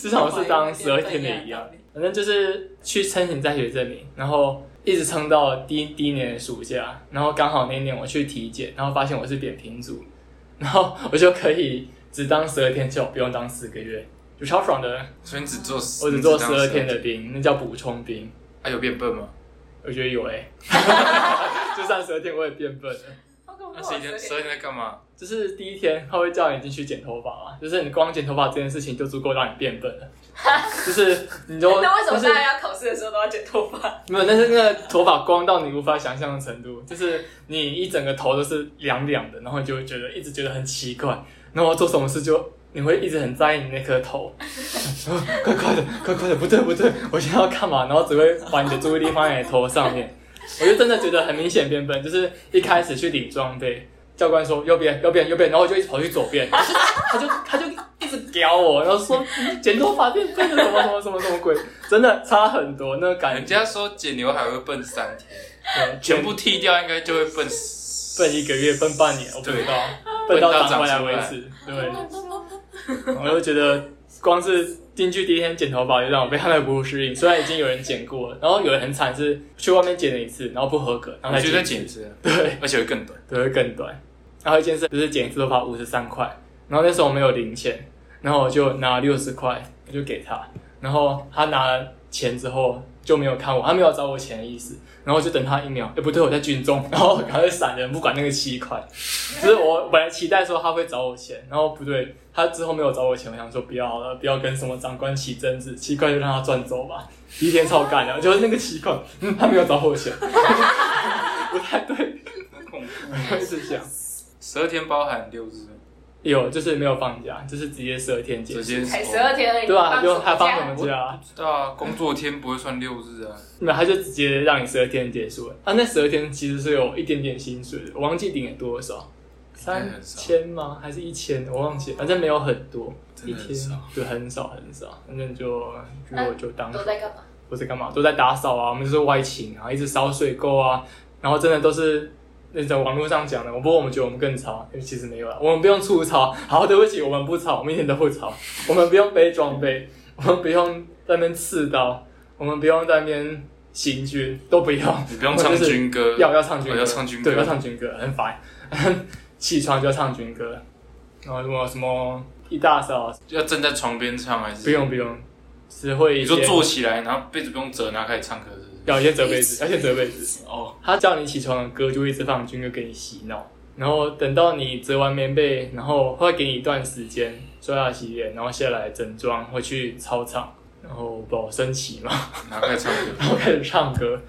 Speaker 4: 就像我是当十二天的一样，反正就是去申请在学证明，然后一直撑到第一第一年的暑假，然后刚好那一年我去体检，然后发现我是扁平足，然后我就可以只当十二天就不用当四个月，就超爽的。
Speaker 1: 所以你只做十，
Speaker 4: 我只做
Speaker 1: 你
Speaker 4: 十
Speaker 1: 当
Speaker 4: 二天的兵，那叫补充兵。
Speaker 1: 啊，有变笨吗？
Speaker 4: 我觉得有哎、 <laughs> 就算十二天我也变笨了。
Speaker 3: 好恐怖
Speaker 1: 那
Speaker 3: 哦！
Speaker 1: 十一天十二天在干嘛？
Speaker 4: 就是第一天他会叫你进去剪头发嘛，就是你光剪头发这件事情就足够让你变笨了。就是你就
Speaker 3: 哎 <laughs> 那为什么
Speaker 4: 就是
Speaker 3: 大家要考试的时候都要剪头发？
Speaker 4: <laughs> 没有？但是那个头发光到你无法想象的程度，就是你一整个头都是凉凉的，然后你就会觉得一直觉得很奇怪，然后做什么事就你会一直很在意你那颗头， <laughs> 快快的，快快的，不对不对，我现在要干嘛？然后只会把你的注意力放在你的头上面。 <laughs> 我就真的觉得很明显变笨，就是一开始去领装备，教官说右边右边右边，然后我就一直跑去左边， <laughs> 他就他就一直屌我，然后说你剪头发变笨了，什么什么什么什么鬼，真的差很多那个感
Speaker 1: 人
Speaker 4: 觉，
Speaker 1: 家说剪刘海会笨三天，
Speaker 4: 对
Speaker 1: 全部剃掉应该就会笨
Speaker 4: 笨一个月，笨半年，我不知道，
Speaker 1: <laughs> 对
Speaker 4: 笨到
Speaker 1: 笨到
Speaker 4: 长回来
Speaker 1: 长
Speaker 4: 为
Speaker 1: 出 <laughs>
Speaker 4: 止。对，我就觉得光是进去第一天剪头发就让我被他那个不适应，虽然已经有人剪过了，然后有人很惨是去外面剪了一次，然后不合格，然
Speaker 1: 我
Speaker 4: 后才
Speaker 1: 觉得
Speaker 4: 剪，
Speaker 1: 简直，
Speaker 4: 对，
Speaker 1: 而且会更短。
Speaker 4: 都会更短。然后一件事就是剪一次头发五十三块，然后那时候我没有零钱，然后我就拿六十块，我就给他，然后他拿了钱之后就没有看我，他没有找我钱的意思，然后我就等他一秒，哎不对，我在军中，然后赶快闪人，不管那个七块，就是我本来期待说他会找我钱，然后不对，他之后没有找我钱，我想说不要了，不要跟什么长官起争执，七块就让他赚走吧。第一天超干的，就是那个七块，嗯，他没有找我钱，不太对， <laughs> 我一直想。
Speaker 1: 十二天包含六日，
Speaker 4: 有，就是没有放假，就是直接十二天结束
Speaker 1: 直，接
Speaker 3: 才十二天而已，
Speaker 4: 对啊，就还
Speaker 3: 还
Speaker 4: 放什么假
Speaker 1: 我
Speaker 4: 啊？
Speaker 1: 不知道啊，工作天不会算六日啊。
Speaker 4: 没有，他就直接让你十二天结束了。啊，那十二天其实是有一点点薪水的，我忘记领了多少，
Speaker 1: 该
Speaker 4: 三
Speaker 1: 很少
Speaker 4: 千吗？还是一千？我忘记了，反正没有很多，
Speaker 1: 真
Speaker 4: 一
Speaker 1: 的很
Speaker 4: 天
Speaker 1: 少
Speaker 4: 对，很少很少，反正就
Speaker 3: 那
Speaker 4: 就就当
Speaker 3: 都在干嘛？
Speaker 4: 或者干嘛，都在打扫啊，我们就是外勤啊，一直烧水垢啊，然后真的都是那种网络上讲的。不过我们觉得我们更吵，因为其实没有啦，我们不用吐槽。好，对不起，我们不吵，我们一点都不吵，我们不用背装备，我们不用在那边刺刀，我们不用在那边行军，都不用。
Speaker 1: <laughs> 你不用唱军歌，
Speaker 4: <laughs> 要要唱军歌，
Speaker 1: 要唱军歌，
Speaker 4: 对，要唱军歌，很烦。起床就要唱军歌，然后什么什么一大早，
Speaker 1: 要站在床边唱还是？
Speaker 4: 不用不用，只会一
Speaker 1: 你说
Speaker 4: 些
Speaker 1: 坐起来，然后被子不用折，然后开始唱歌，是不是？
Speaker 4: 要先折
Speaker 1: <laughs>
Speaker 4: 被子，要先折被子。
Speaker 1: 哦，
Speaker 4: 他叫你起床的歌就一直放军歌给你洗脑，然后等到你折完棉被，然后会给你一段时间刷牙洗脸，然后下来整装，会去操场，然后保升旗嘛， <laughs>
Speaker 1: 然后开始唱歌。
Speaker 4: 然后开始唱歌，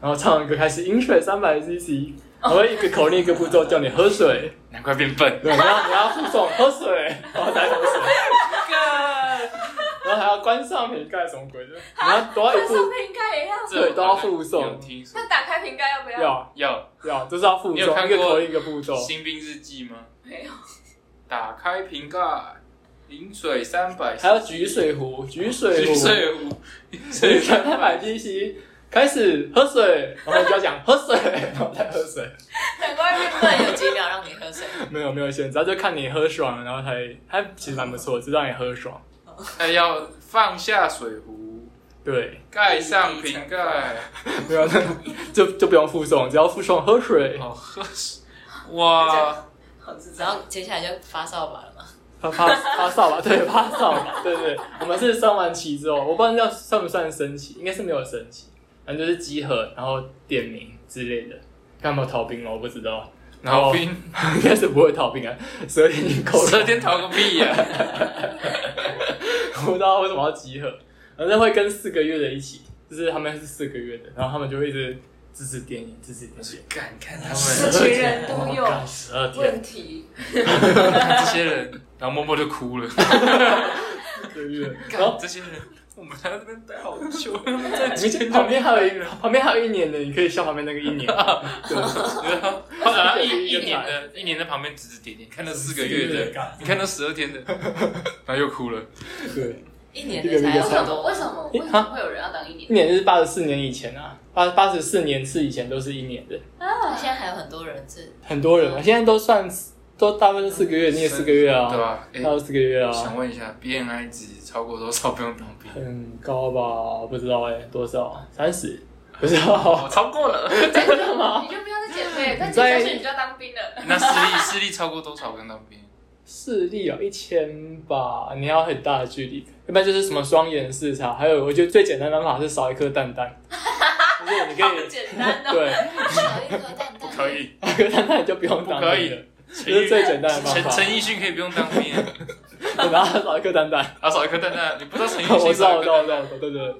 Speaker 4: 然后唱完歌开始饮水三百 CC，然后一个口令一个步骤叫你喝水， <laughs>
Speaker 1: 难怪变笨。
Speaker 4: 对，然后你要附送喝水，然后才喝水，然后 <laughs> 还要关上瓶盖什么鬼的，然后都要一
Speaker 1: <laughs>
Speaker 3: 关上
Speaker 4: 步，
Speaker 3: 瓶盖也要？
Speaker 4: 对都要附送
Speaker 1: 有听说
Speaker 3: 那打开瓶盖要不要？
Speaker 4: 要
Speaker 1: 要
Speaker 4: 要就是要附
Speaker 1: 你有
Speaker 4: 送
Speaker 1: 看
Speaker 4: 一个
Speaker 1: 过
Speaker 4: 口令一个步骤，
Speaker 1: 新兵日记吗？
Speaker 3: 没有，
Speaker 1: 打开瓶盖，饮水三百，
Speaker 4: 还要举水壶，举水壶，
Speaker 1: 举水壶，
Speaker 4: 所以才买
Speaker 1: <laughs>
Speaker 4: PC，开始喝水，然后就要讲喝水， <laughs> 然后再喝水，
Speaker 3: 难怪变
Speaker 2: 不然有几秒让你喝
Speaker 4: <laughs>
Speaker 2: 水，
Speaker 4: 没有没有限制，他就看你喝爽了，然后才他其实蛮不错，就让你喝爽。
Speaker 1: 还哎要放下水壶，
Speaker 4: 对，
Speaker 1: 盖上瓶
Speaker 4: <laughs>
Speaker 1: 盖，
Speaker 4: 没有啊那就就不用附送，只要附送喝水，
Speaker 1: 好哦喝水。哇，
Speaker 3: 好智
Speaker 2: 然
Speaker 3: 障。
Speaker 2: 后接下来就发扫把了嘛。
Speaker 4: <laughs> 发发发扫吧，对，发扫吧，对对。我们是升完旗之后，我不知道那算不算升旗，应该是没有升旗，反正就是集合，然后点名之类的。干嘛逃兵了？我不知道。然后
Speaker 1: 逃兵，
Speaker 4: <laughs> 应该是不会逃兵啊，十二点已经够了。
Speaker 1: 十二天逃个屁呀！
Speaker 4: 我不知道为什么要集合，反正会跟四个月的一起，就是他们是四个月的，然后他们就会一直指指点点，指指
Speaker 3: <laughs>
Speaker 4: 点点。
Speaker 1: 敢看他
Speaker 3: 这
Speaker 1: 们
Speaker 3: 群人都有
Speaker 4: <laughs> 十二天
Speaker 3: 问，题，
Speaker 1: 这些人，然后默默就哭了。
Speaker 4: 四个月，然
Speaker 1: 然后
Speaker 4: 后
Speaker 1: 这些人，我们还在这边待好久，他们在之前就
Speaker 4: 旁边还有一旁边还有一年的，你可以笑旁边那个一年。
Speaker 1: 啊后来一一年的，一年在旁边指指点点，看那 <laughs> 四个月的，
Speaker 4: 的，
Speaker 1: 你看那十二天的，然后又哭了。
Speaker 4: 对，
Speaker 2: 一年的才
Speaker 4: 一个
Speaker 2: 有
Speaker 4: 比一
Speaker 3: 为什
Speaker 4: 个
Speaker 2: 很
Speaker 3: 么？
Speaker 2: 多
Speaker 3: 为，什么？为什么会有人要当一
Speaker 4: 一
Speaker 3: 年？
Speaker 4: 年就是八十四年以前啊，八八十四年次以前都是一年的，
Speaker 2: 现在还有很多人是
Speaker 4: 很多人嘛，啊现在都算都大部分是四个月，你也四个月
Speaker 1: 对
Speaker 4: 啊，
Speaker 1: 吧？哎、
Speaker 4: 到四个月啊，
Speaker 1: 想问一下，BNI 值超过多少不用当兵？
Speaker 4: 很高吧？不知道哎、多少？三十？不知道
Speaker 1: 我，超过了。
Speaker 3: 真的
Speaker 4: <laughs>
Speaker 3: 吗？你就不要再减肥，再减下去你就要当兵了。
Speaker 1: 那私立私立超过多少不用当兵？
Speaker 4: 视力有一千吧，你要很大的距离，一般就是什么双眼视差，还有我觉得最简单的方法是少一颗蛋蛋，就是你可以
Speaker 3: 简单
Speaker 4: <laughs>
Speaker 3: 哦，
Speaker 4: 对，
Speaker 2: 少一颗蛋蛋，
Speaker 1: 可以，
Speaker 4: 少一颗蛋蛋你就不用当
Speaker 1: 不可以
Speaker 4: 兵了，
Speaker 1: 陈
Speaker 4: 这是最简单的方
Speaker 1: 陈
Speaker 4: 法，
Speaker 1: 陈奕迅可以不用当兵，
Speaker 4: 然后少一颗蛋蛋。
Speaker 1: 啊，少一颗蛋蛋，你不知道陈奕迅
Speaker 4: 我知道，
Speaker 1: 少
Speaker 4: 我
Speaker 1: 一
Speaker 4: 知道，我
Speaker 1: 颗蛋
Speaker 4: 知道，我
Speaker 1: 蛋，
Speaker 4: 知道对对，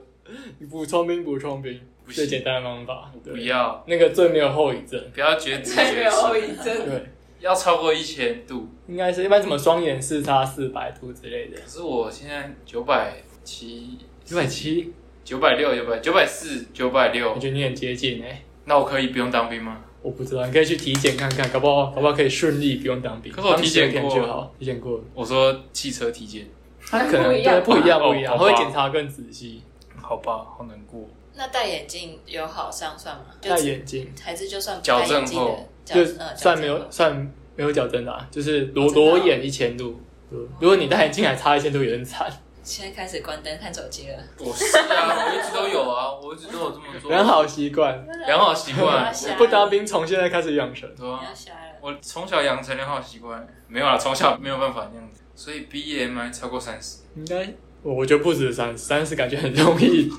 Speaker 4: 你补充兵，补充兵，
Speaker 1: 不
Speaker 4: 最简
Speaker 1: 行，
Speaker 4: 单的方法。
Speaker 1: 不
Speaker 4: 对，
Speaker 1: 要，
Speaker 4: 那个最没有后遗症。
Speaker 1: 不要绝子
Speaker 3: <laughs> 再没
Speaker 1: 绝
Speaker 3: 有后
Speaker 1: 孙，
Speaker 3: 遗症。
Speaker 4: 对，
Speaker 1: 要超过一千度。
Speaker 4: 应该是一般什么双眼视差四百度之类的
Speaker 1: 可。是我现在九百七、
Speaker 4: 九百七，
Speaker 1: 九百六、九百九百四、九百
Speaker 4: 我
Speaker 1: 六，
Speaker 4: 觉得你很接近哎、
Speaker 1: 那我可以不用当兵吗？
Speaker 4: 我不知道，你可以去体检看看，搞不好搞不好可以顺利不用当兵。
Speaker 1: 可是我体检过
Speaker 4: 当十天就好，体检过了，
Speaker 1: 我说汽车体检，
Speaker 4: 他可能
Speaker 3: 不一样
Speaker 4: 对不一样
Speaker 1: 哦
Speaker 4: 不一样，
Speaker 1: 好
Speaker 4: 他
Speaker 1: 吧
Speaker 4: 会检查更仔细。
Speaker 1: 好吧，好难过。
Speaker 2: 那戴眼镜有好上算吗？就
Speaker 4: 戴眼镜
Speaker 2: 还是就算不
Speaker 1: 矫
Speaker 2: 戴
Speaker 1: 正
Speaker 2: 眼镜的
Speaker 1: 后，
Speaker 4: 就
Speaker 2: 呃
Speaker 4: 算
Speaker 2: 矫
Speaker 4: 没
Speaker 2: 正
Speaker 4: 有
Speaker 2: 后
Speaker 4: 算没有矫正的、啊，就是裸
Speaker 2: 哦真的哦
Speaker 4: 裸眼一千度。对如果你戴眼镜还差一千度，也很惨。
Speaker 2: 现在开始关灯看手机了，
Speaker 1: 我是啊，我一直都有啊，我一直都有这
Speaker 4: <laughs>
Speaker 1: 么做，
Speaker 4: 良好习惯，
Speaker 1: 良好习惯，
Speaker 2: 对啊
Speaker 4: 不当兵从现在开始养成。
Speaker 1: 对
Speaker 2: 你
Speaker 1: 啊
Speaker 2: 要，瞎了。
Speaker 1: 我从小养成良好习惯，没有啦，从小没有办法那样子，所以 BMI 超过三十，
Speaker 4: 应该，我我觉得不止三三十，感觉很容易。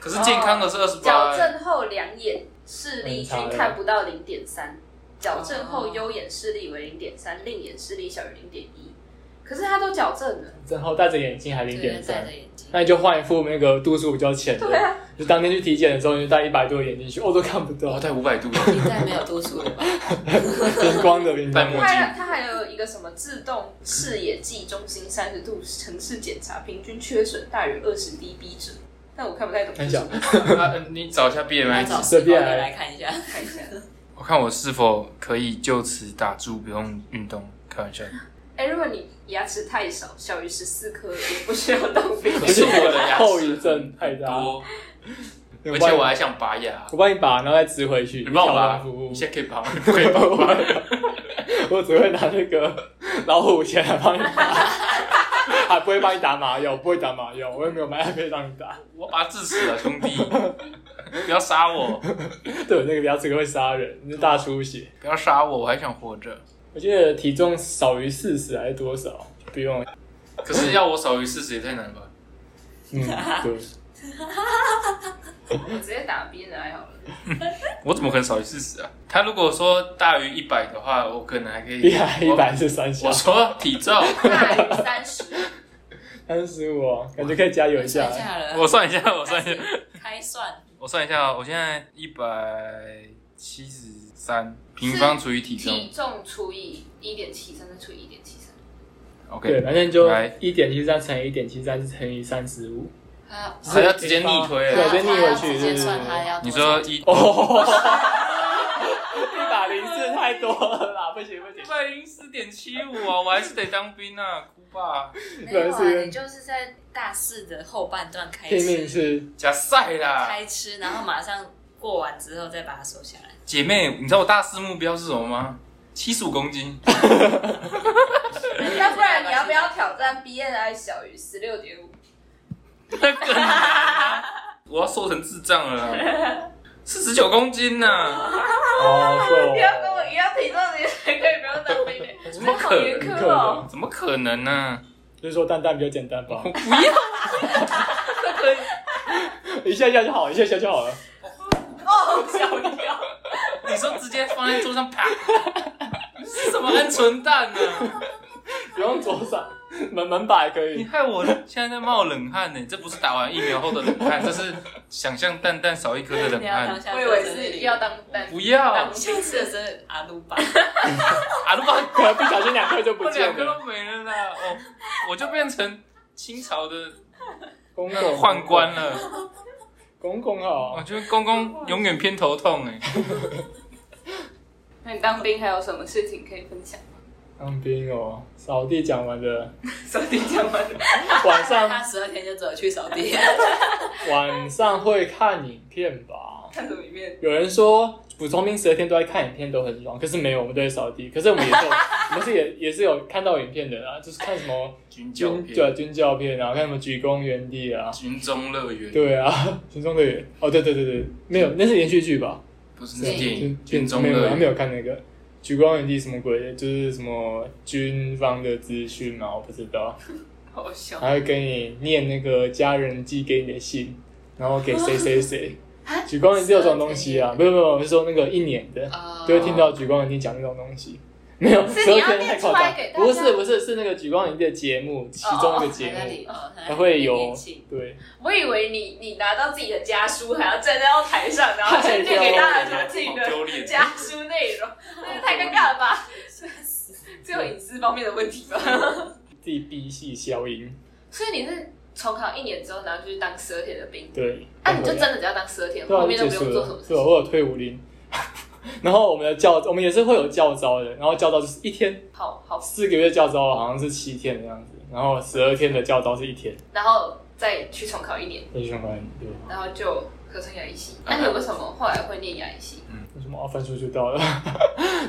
Speaker 1: 可是健康的是二十八
Speaker 3: 哦矫，正后两眼视力均看不到零点
Speaker 4: 哦
Speaker 3: 三，矫正后右眼视力为零点三，另眼视力小于零点一。可是他都矫正了，
Speaker 4: 然后戴着眼镜还零
Speaker 2: 对，
Speaker 4: 点
Speaker 2: 戴
Speaker 4: 三
Speaker 2: 着，眼镜，
Speaker 4: 那你就换一副那个度数比较浅的。
Speaker 3: 对啊，
Speaker 4: 就当天去体检的时候，你就戴一百度的眼镜去，哦，都看不
Speaker 1: 我
Speaker 4: 到，
Speaker 1: 戴五百度，
Speaker 3: <laughs>
Speaker 2: 你戴没有度数了吧？
Speaker 4: 平光的平光
Speaker 1: 戴墨
Speaker 4: 的。
Speaker 1: 镜
Speaker 3: 他他还有一个什么自动视野计中心三十度城市检查，平均缺损大于二十 dB 者。但我看不太懂，
Speaker 4: 看一下
Speaker 1: 啊呃你找一下
Speaker 2: 来
Speaker 1: BMI 值
Speaker 2: 找
Speaker 4: 随
Speaker 2: 四
Speaker 4: 便
Speaker 2: 宝的来看一
Speaker 4: <laughs>
Speaker 2: 下。
Speaker 3: 看一下。
Speaker 1: 我看我是否可以就此打住，不用运动。开玩笑，
Speaker 3: 哎、如果你牙齿太少，小于十四颗，也不需要当兵。
Speaker 1: 不
Speaker 4: 是
Speaker 1: 是我的牙齿
Speaker 4: 后遗症太大，
Speaker 1: 多，
Speaker 4: 我
Speaker 1: 而
Speaker 4: 帮
Speaker 1: 且
Speaker 4: 你
Speaker 1: 我还想拔牙，
Speaker 4: 我帮你拔，然后再植回去。
Speaker 1: 你帮我
Speaker 4: 调
Speaker 1: 拔
Speaker 4: 整服，务
Speaker 1: 你，现在可以拔吗？可以拔吗？
Speaker 4: <laughs> 我只会拿那个老虎钳来帮
Speaker 1: <laughs>
Speaker 4: 你拔，还不会帮你打麻药，不会打麻药，我也没有买药可以让你打。
Speaker 1: 我拔智齿了，兄弟，不要杀我，
Speaker 4: 对，那个牙齿会杀人，那大出血。
Speaker 1: 不要杀我，我还想活着。
Speaker 4: 我记得体重少于四十还是多少？不用，
Speaker 1: 可是要我少于四十也太难了吧？
Speaker 4: 嗯，
Speaker 1: <laughs>
Speaker 4: 对，
Speaker 3: 我直接打 BNI 好了。
Speaker 1: 我怎么可能少于四十啊？他如果说大于一百的话，我可能还可以。
Speaker 4: 一百 <laughs> 一百是三
Speaker 1: 我。
Speaker 4: 下
Speaker 1: 我，说体重，
Speaker 3: 大于三十，
Speaker 4: 三十五哦，感觉可以加油一下
Speaker 2: 算。下了，
Speaker 1: 我算一下，我算一下，
Speaker 2: 下，开算。
Speaker 1: 我算一下啊！我现在一百七十三平方除以体重
Speaker 3: 体重除以一点七三，再除以一点 <laughs> 七三。
Speaker 4: 对，
Speaker 1: ，OK，
Speaker 4: 反正就
Speaker 1: 来
Speaker 4: 一点七三乘以一点七三乘以三十五， <laughs>
Speaker 2: 他
Speaker 1: 还要直接逆推
Speaker 4: 对，
Speaker 1: 了。
Speaker 4: 被逆回
Speaker 2: 他要直
Speaker 4: 去。对
Speaker 2: 接
Speaker 4: 对
Speaker 2: 算他
Speaker 4: 对。
Speaker 2: 要多
Speaker 1: 你
Speaker 2: 少
Speaker 1: 说一
Speaker 4: 哦，一百零四太多了啦，不行不行
Speaker 1: 一。百零四点七五啊，我还是得当兵啊，哭吧，
Speaker 2: 没有啊，你就是在大四的后半段
Speaker 3: 哎
Speaker 2: 开
Speaker 4: 拼命
Speaker 2: 吃，
Speaker 4: 是
Speaker 1: 假赛啦！
Speaker 2: 开吃，然后马上过完之后再把它收下
Speaker 4: <laughs>
Speaker 2: 来。
Speaker 1: 姐妹，你知道我大四目标是什么吗？七十五公斤，
Speaker 3: 那不然你要不要挑战 BNI 小于十六点五？
Speaker 1: 那更难啊！我要瘦成智障了啦，四十九公斤啊呢、
Speaker 4: 哦，
Speaker 3: 不要跟我
Speaker 4: 瘦，
Speaker 3: 一样体重，你才可以不用当 <laughs> 兵的。
Speaker 1: 怎么
Speaker 3: 好
Speaker 1: 可
Speaker 3: 严
Speaker 1: 能？
Speaker 3: 苛哦！
Speaker 1: 怎么可能啊呢、
Speaker 4: 就是说蛋蛋比较简单
Speaker 3: <laughs>
Speaker 4: 吧
Speaker 1: 我，不要，
Speaker 4: <laughs> 一下下就好，一下下就好了。
Speaker 3: 哦，笑掉。
Speaker 1: 你说直接放在桌上啪，是什么鹌鹑蛋呢、
Speaker 4: 不用左闪，门门把也可
Speaker 1: 你
Speaker 4: 以。
Speaker 1: 害我现在在冒冷汗呢、这不是打完疫苗后的冷汗，这是想象蛋蛋少一颗的冷
Speaker 2: 你要当
Speaker 1: 汗。
Speaker 2: 下
Speaker 3: 我以为是要当但
Speaker 1: 不要啊
Speaker 3: 当，
Speaker 2: 下次的是阿鲁
Speaker 3: <laughs>
Speaker 2: 巴，
Speaker 1: 阿鲁巴
Speaker 4: 可能不小心两颗就不
Speaker 1: 我两
Speaker 4: 见
Speaker 1: 颗
Speaker 4: 了。
Speaker 1: 都没了啦，哦，我就变成清朝的
Speaker 4: 公
Speaker 1: 那
Speaker 4: 公
Speaker 1: 宦，官了。
Speaker 4: 公公
Speaker 1: 我
Speaker 4: 好，
Speaker 1: 觉得公公永远偏头痛哎、
Speaker 3: 那你当兵还有什么事情可以分享？
Speaker 4: 当兵哦，扫地讲完了，
Speaker 3: 说你讲完了，
Speaker 4: 晚
Speaker 2: 他
Speaker 4: 上
Speaker 2: 十二天就走去扫
Speaker 3: <laughs>
Speaker 2: 地，
Speaker 4: 晚上会看影片吧。
Speaker 3: 看什么里面？
Speaker 4: 有人说补充兵十二天都在看影片都很爽，可是没有，我们都在扫地。可是我们也是有，我们是也也是有看到影片的啊，就是看什么
Speaker 1: 军教
Speaker 4: 军对啊
Speaker 1: 片、
Speaker 4: 军教片啊，看什么举公原地啊，
Speaker 1: 军中乐园，
Speaker 4: 对啊，群众乐园哦，对对对对，没有，那是连续剧吧？
Speaker 1: 不是那是电影
Speaker 4: 军
Speaker 1: 《军中
Speaker 4: 没有，
Speaker 1: 乐
Speaker 4: 还没
Speaker 1: 园》。
Speaker 4: 有看那个《举光原地》什么鬼的，就是什么军方的资讯嘛，我不知道。
Speaker 3: 好笑
Speaker 4: 还会给你念那个家人寄给你的信，然后给谁谁谁。举光原地有这种东西啊？没有没有，我是说那个一年的，
Speaker 2: 哦
Speaker 4: 就会听到举光原地讲那种东西。没有，
Speaker 3: 是
Speaker 4: 十
Speaker 3: 你
Speaker 4: 二
Speaker 3: 要
Speaker 4: 天
Speaker 3: 念
Speaker 4: 太夸
Speaker 3: 出来
Speaker 4: 张
Speaker 3: 给。大家
Speaker 4: 不是不是，是那个举光原地的节目，其中一个节
Speaker 2: 在那
Speaker 4: 目，
Speaker 2: 里哦，
Speaker 4: 它会有
Speaker 2: 年轻
Speaker 4: 对。
Speaker 3: 我以为你你拿到自己的家书，还要站在到台上，然后去念给大家自己
Speaker 1: 好丢
Speaker 3: 的
Speaker 1: 脸
Speaker 3: 家书内容，那也太尴尬了吧？只有隐私方面的问题吧。
Speaker 4: 嗯自己逼系消音，
Speaker 3: 所以你是重考一年之后，然后就去当十二天的兵，
Speaker 4: 对。啊
Speaker 3: 那、你就真的只要当十二天，
Speaker 4: 对啊，
Speaker 3: 后
Speaker 4: 就
Speaker 3: 面都
Speaker 4: 结
Speaker 3: 不
Speaker 4: 束
Speaker 3: 用做什
Speaker 4: 了
Speaker 3: 么。事
Speaker 4: 对啊，
Speaker 3: 情。
Speaker 4: 我有退伍令。然后我们的教，我们也是会有教招的，然后教招就是一天，
Speaker 3: 好好，
Speaker 4: 四个月教招啊好像是七天的样子，然后十二天的教招是一天，
Speaker 3: 然后再去重考一年，
Speaker 4: 再去上班。对，
Speaker 3: 然后就合成牙医系。那、
Speaker 1: 嗯
Speaker 3: 你为什么后来会念牙医系？
Speaker 4: 有什么啊分数就 <laughs> 到了，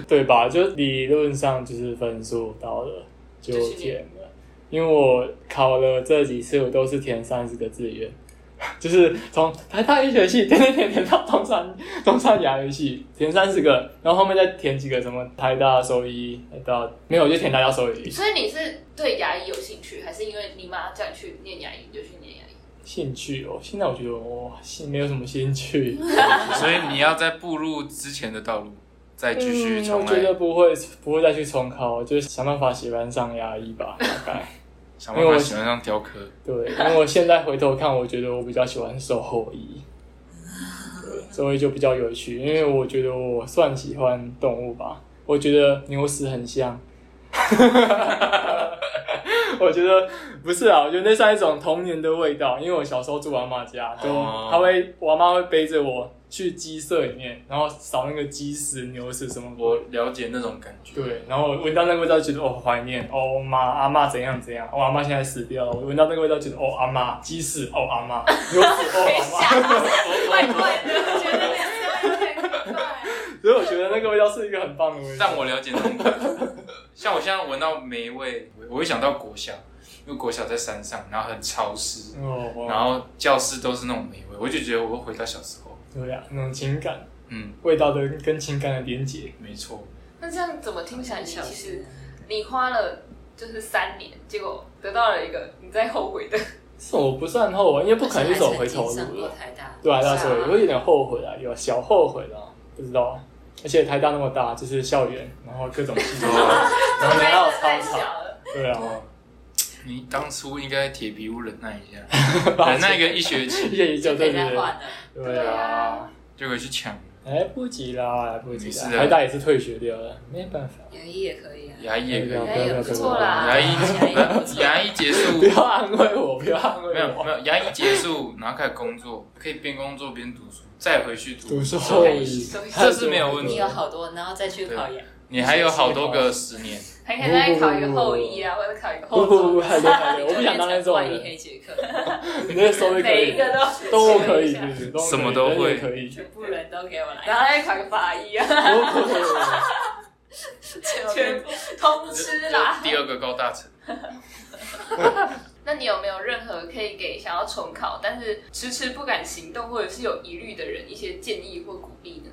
Speaker 4: 对吧？就理论上就是分数到了就
Speaker 3: 就是你
Speaker 4: 填了，因为我考了这几次我都是填三十个志愿， <laughs> 就是从台大医学系填填填填到中山 <laughs> 中山牙医系填三十个，然后后面再填几个什么台大兽医，台大没有我就填台大兽医，
Speaker 3: 所以你是对牙医有兴趣，还是因为你妈叫你去念牙医，你就去念牙医？
Speaker 4: 兴趣哦，现在我觉得我兴没有什么兴趣。
Speaker 1: 所以你要在步入之前的道路再继续
Speaker 4: 嗯，我
Speaker 1: 重
Speaker 4: 觉得
Speaker 1: 来，
Speaker 4: 不会不会再去重考，就是想办法写班上牙医吧，大概。
Speaker 1: 想办法喜欢上雕刻。
Speaker 4: 对，因为我现在回头看，我觉得我比较喜欢收后医，对，所以就比较有趣，因为我觉得我算喜欢动物吧，我觉得牛屎很香， <laughs> 我觉得不是啊，我觉得那算一种童年的味道，因为我小时候住我阿妈家，就
Speaker 1: 哦
Speaker 4: 她会，我阿妈会背着我去鸡舍里面，然后扫那个鸡屎、牛屎什么的。
Speaker 1: 我了解那种感觉。
Speaker 4: 对，然后闻到那个味道，觉得哦怀念哦妈阿妈怎样怎样，哦阿妈现在死掉了。我闻到那个味道，觉得哦阿妈鸡屎哦阿 <laughs> 妈牛屎哦阿妈，
Speaker 3: 怪怪的，觉得那个怪怪。
Speaker 4: 所以我觉得那个味道是一个很棒的味道
Speaker 1: 但。我了解那种感觉。像我现在闻到霉味，我会想到国小，因为国小在山上，然后很潮湿，
Speaker 4: 哦，哇
Speaker 1: 然后教室都是那种霉味，我就觉得我会回到小时候。
Speaker 4: 对呀、那种情感
Speaker 1: 嗯，
Speaker 4: 味道的跟情感的连接，
Speaker 1: 没
Speaker 4: <laughs>
Speaker 1: 错，
Speaker 3: 那这样怎么听起来，
Speaker 2: 很
Speaker 3: 其
Speaker 2: 小
Speaker 3: 实
Speaker 2: 心。
Speaker 3: 你花了就是三年，结果得到了一个你在后悔的。
Speaker 4: 是我不算后悔，因为不可能是走回头路了。
Speaker 2: 台大，
Speaker 4: 对啊，那时候
Speaker 3: 是啊
Speaker 4: 我有点后悔啊，有小后悔了，不知道。而且台大那么大，就是校园，然后各种系统， <laughs> 然后
Speaker 3: <laughs>
Speaker 4: 还有操
Speaker 3: 太小
Speaker 4: 场，
Speaker 3: 了，
Speaker 4: <laughs> 对啊，
Speaker 1: 你当初应该铁皮屋忍耐一下，
Speaker 4: <laughs> 把
Speaker 1: 忍耐个一学
Speaker 4: <laughs>
Speaker 1: 期
Speaker 4: 业啊余就
Speaker 2: 就
Speaker 4: 对
Speaker 2: 被
Speaker 4: 对
Speaker 2: 他
Speaker 4: 对。
Speaker 2: 换了，
Speaker 4: 对
Speaker 3: 对
Speaker 4: 啊
Speaker 3: 啊，
Speaker 1: 就可以去抢
Speaker 4: 来不及啦，来不及
Speaker 1: 没
Speaker 4: 啦，
Speaker 1: 事的
Speaker 4: 台大也是退学掉了，没办法。
Speaker 2: 牙医也可以啊，
Speaker 1: 牙医也可以，
Speaker 3: 哎也不错啦，
Speaker 1: 牙医
Speaker 2: 牙医不错
Speaker 1: 牙医结束
Speaker 4: 不要安慰我，不要安慰
Speaker 1: 没有没
Speaker 4: 我。
Speaker 1: 有牙医结束，然后开始工作，可以边工作边读书，再回去读
Speaker 4: 读书
Speaker 1: 所
Speaker 4: 后
Speaker 1: 以
Speaker 4: 遗，
Speaker 1: 这是没有问
Speaker 2: 你
Speaker 1: 题
Speaker 2: 有好多，然后再去考 <laughs> 研，
Speaker 1: 你还有好多
Speaker 4: <laughs>
Speaker 1: 个十年，
Speaker 3: 还可以再考一个后医啊，或者考一个
Speaker 4: 不
Speaker 3: 后
Speaker 4: 不不
Speaker 3: 中
Speaker 4: 不，太多太多，我不想当那种
Speaker 2: 怪
Speaker 3: <laughs>
Speaker 2: 医
Speaker 4: 人。
Speaker 2: 黑杰克，
Speaker 4: 你那个收费可
Speaker 3: 每一
Speaker 4: 以
Speaker 3: 个，都
Speaker 4: 动物可以，
Speaker 3: 然后
Speaker 4: 是不是
Speaker 1: 什么都会
Speaker 4: 可以。
Speaker 2: 全部人都给我来，
Speaker 3: 再考一个法医啊，
Speaker 4: 不不不不
Speaker 3: 全部通吃啦。
Speaker 1: 第二个高大成，
Speaker 3: 那你有没有任何可以给想要重考但是迟迟不敢行动或者是有疑虑的人一些建议或鼓励呢？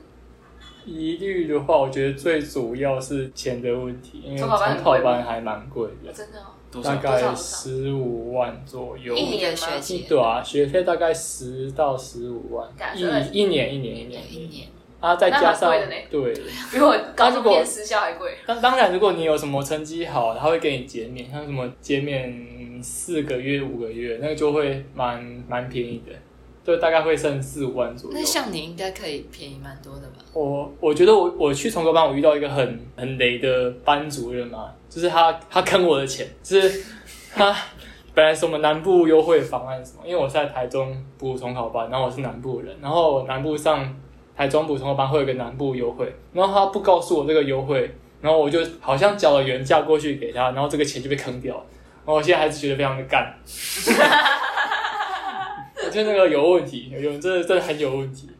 Speaker 4: 疑虑的话，我觉得最主要是钱的问题，因为
Speaker 3: 中
Speaker 4: 重
Speaker 3: 考班很
Speaker 4: 考
Speaker 3: 贵吗
Speaker 4: 班还蛮贵的，
Speaker 3: 真的哦，
Speaker 1: 多
Speaker 4: 大
Speaker 1: 少？
Speaker 4: 概
Speaker 3: 多少
Speaker 4: 十五万左右
Speaker 3: 一。年
Speaker 2: 个学期，
Speaker 4: 对啊，学费大概十到十五万
Speaker 3: 假，设
Speaker 4: 一一年一年一
Speaker 2: 对
Speaker 4: 年
Speaker 2: 一年，
Speaker 4: 啊，再
Speaker 3: 那蛮
Speaker 4: 加上
Speaker 3: 贵的嘞
Speaker 4: 对，
Speaker 3: 比我高
Speaker 4: 那如
Speaker 3: 中
Speaker 4: 果
Speaker 3: 念私校还贵。
Speaker 4: 当当然，如果你有什么成绩好，他会给你减免，像什么减免四个月、五个月，那个就会蛮蛮便宜的，就大概会剩四五万左右
Speaker 2: 那。像你应该可以便宜蛮多的吧？
Speaker 4: 我我觉得我我去重考班，我遇到一个很很雷的班主任嘛，就是他他坑我的钱，就是他本来什么南部优惠方案什么，因为我是在台中补统考班，然后我是南部人，然后南部上台中补统考班会有个南部优惠，然后他不告诉我这个优惠，然后我就好像交了原价过去给他，然后这个钱就被坑掉了，然后我现在还是觉得非常的干， <laughs> 我觉得那个有问题，有人真的真的很有问题。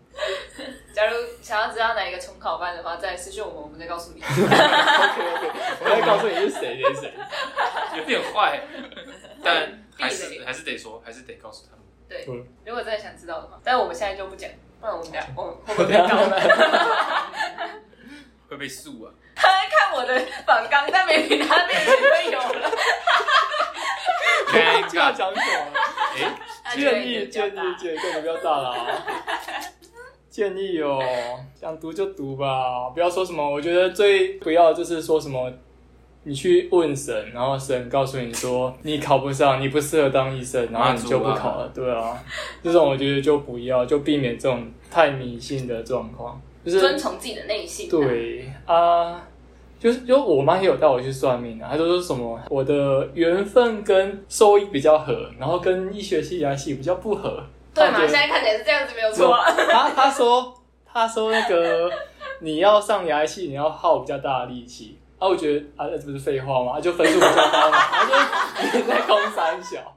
Speaker 3: 假如想要知道哪一个重考班的话，再私信我们，我们再告诉你。
Speaker 4: OK OK，我再告诉你是谁谁谁。
Speaker 1: 有点坏，但还
Speaker 3: 避 <laughs>
Speaker 1: 是
Speaker 3: 雷
Speaker 1: 还是得说，还是得告诉他们。
Speaker 3: 如果真的想知道的话，但我们现在就不讲，不然我们俩我们会不
Speaker 4: 我
Speaker 3: 会
Speaker 4: 等
Speaker 3: 被 <laughs>
Speaker 4: 一下
Speaker 3: 告？
Speaker 1: 会被诉
Speaker 4: <laughs>
Speaker 1: 啊！
Speaker 3: 他在看我的仿纲，但没比他面前就有了。
Speaker 1: 尴
Speaker 4: 就要
Speaker 1: 尬，
Speaker 4: 讲什么？
Speaker 1: <laughs> 哎，
Speaker 4: 建
Speaker 2: 就
Speaker 4: 议建议建议，更不要大了啊！建议哦，想读就读吧，不要说什么。我觉得最不要就是说什么，你去问神，然后神告诉你说你考不上，你不适合当医生，然后你就不考了。对啊，这种我觉得就不要，就避免这种太迷信的状况。就是
Speaker 3: 遵从自己的内心、，
Speaker 4: 对啊，就是就我妈也有带我去算命啊，她就说什么我的缘分跟兽医比较合，然后跟医学系、牙啊系比较不合。
Speaker 3: 对嘛？
Speaker 4: 她觉得
Speaker 3: 现在看起来是这样子，没有错啊。
Speaker 4: 她她说她说那个你要上牙系，你要耗比较大的力气。啊，我觉得啊，这不是废话吗？啊就分数比较高嘛，啊就是 <laughs> 你在空三小，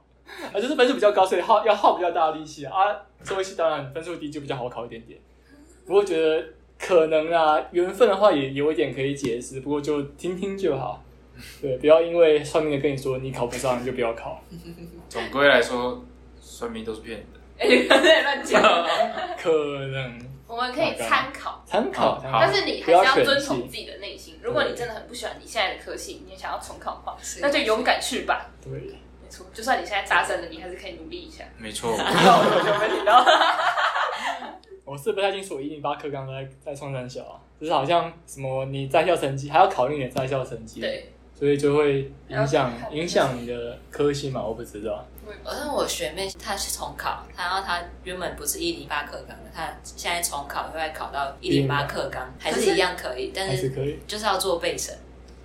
Speaker 4: 啊就是分数比较高，所以耗要耗比较大的力气啊。啊，兽医系当然分数低就比较好考一点点。不过觉得可能啊，缘分的话也有一点可以解释，不过就听听就好。对，不要因为算命的跟你说你考不上，你就不要考，
Speaker 1: 总归来说，算命都是骗人的。
Speaker 3: 哎，你不要在乱讲。
Speaker 4: 可能
Speaker 3: 我们可以参考，
Speaker 4: 参考
Speaker 1: 好
Speaker 4: 参
Speaker 1: 好
Speaker 4: 考
Speaker 3: 但是你还是要遵从自己的内心。如果你真的很不喜欢你现在的科系，你也想要重考的话，
Speaker 2: 是
Speaker 3: 那就勇敢去吧。
Speaker 4: 对。
Speaker 3: 没错，就算你现在大三了，你还是可以努力一下。
Speaker 1: 没
Speaker 3: <laughs>
Speaker 1: 错，
Speaker 4: 我是不太清楚一零八课纲在在创三小啊，就是好像什么你在校成绩还要考虑你的在校成绩，，
Speaker 3: 对，
Speaker 4: 所以就会影响
Speaker 3: 还要看
Speaker 4: 影响你的科系嘛，我不知道。
Speaker 2: 好像呃我学妹她是重考，她然后她原本不是一零八课纲的，她现在重考又来考到一零八课纲，还是一样可以，但
Speaker 4: 还
Speaker 2: 是
Speaker 4: 是可以，
Speaker 2: 就是要做备审，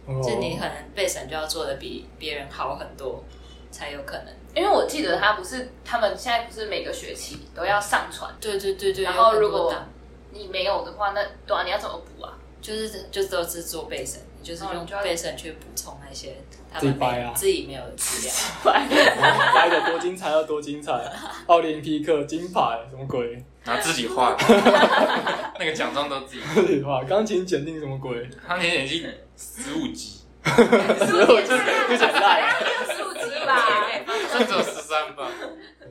Speaker 4: 哦
Speaker 2: 就嗯你
Speaker 4: <laughs>
Speaker 2: 可能备审就要做的比别人好很多，才有可能。
Speaker 3: 因为我记得他不是他们现在不是每个学期都要上传，
Speaker 2: 对对对对，
Speaker 3: 然后
Speaker 2: 有很多
Speaker 3: 如果
Speaker 2: 档
Speaker 3: 你没有的话，那对啊，你要怎么补啊？
Speaker 2: 就是就都是做备审，你就是
Speaker 3: 哦
Speaker 2: 用
Speaker 3: 你就要
Speaker 2: 备审去补充那些他
Speaker 4: 自己
Speaker 2: 们
Speaker 4: 掰
Speaker 2: 没
Speaker 4: 啊
Speaker 2: 自己没有的资料。
Speaker 4: 来的多精彩要多精彩，奥林匹克金牌什么鬼？ <laughs>
Speaker 1: 拿自己画， <laughs> 那个奖状都自己。
Speaker 4: 哇，钢琴检定什么鬼？ <laughs>
Speaker 1: 他那年纪十五级，
Speaker 3: 十五级，
Speaker 4: 就很烂。
Speaker 3: 十五级吧，
Speaker 1: <laughs> 他只有十三吧，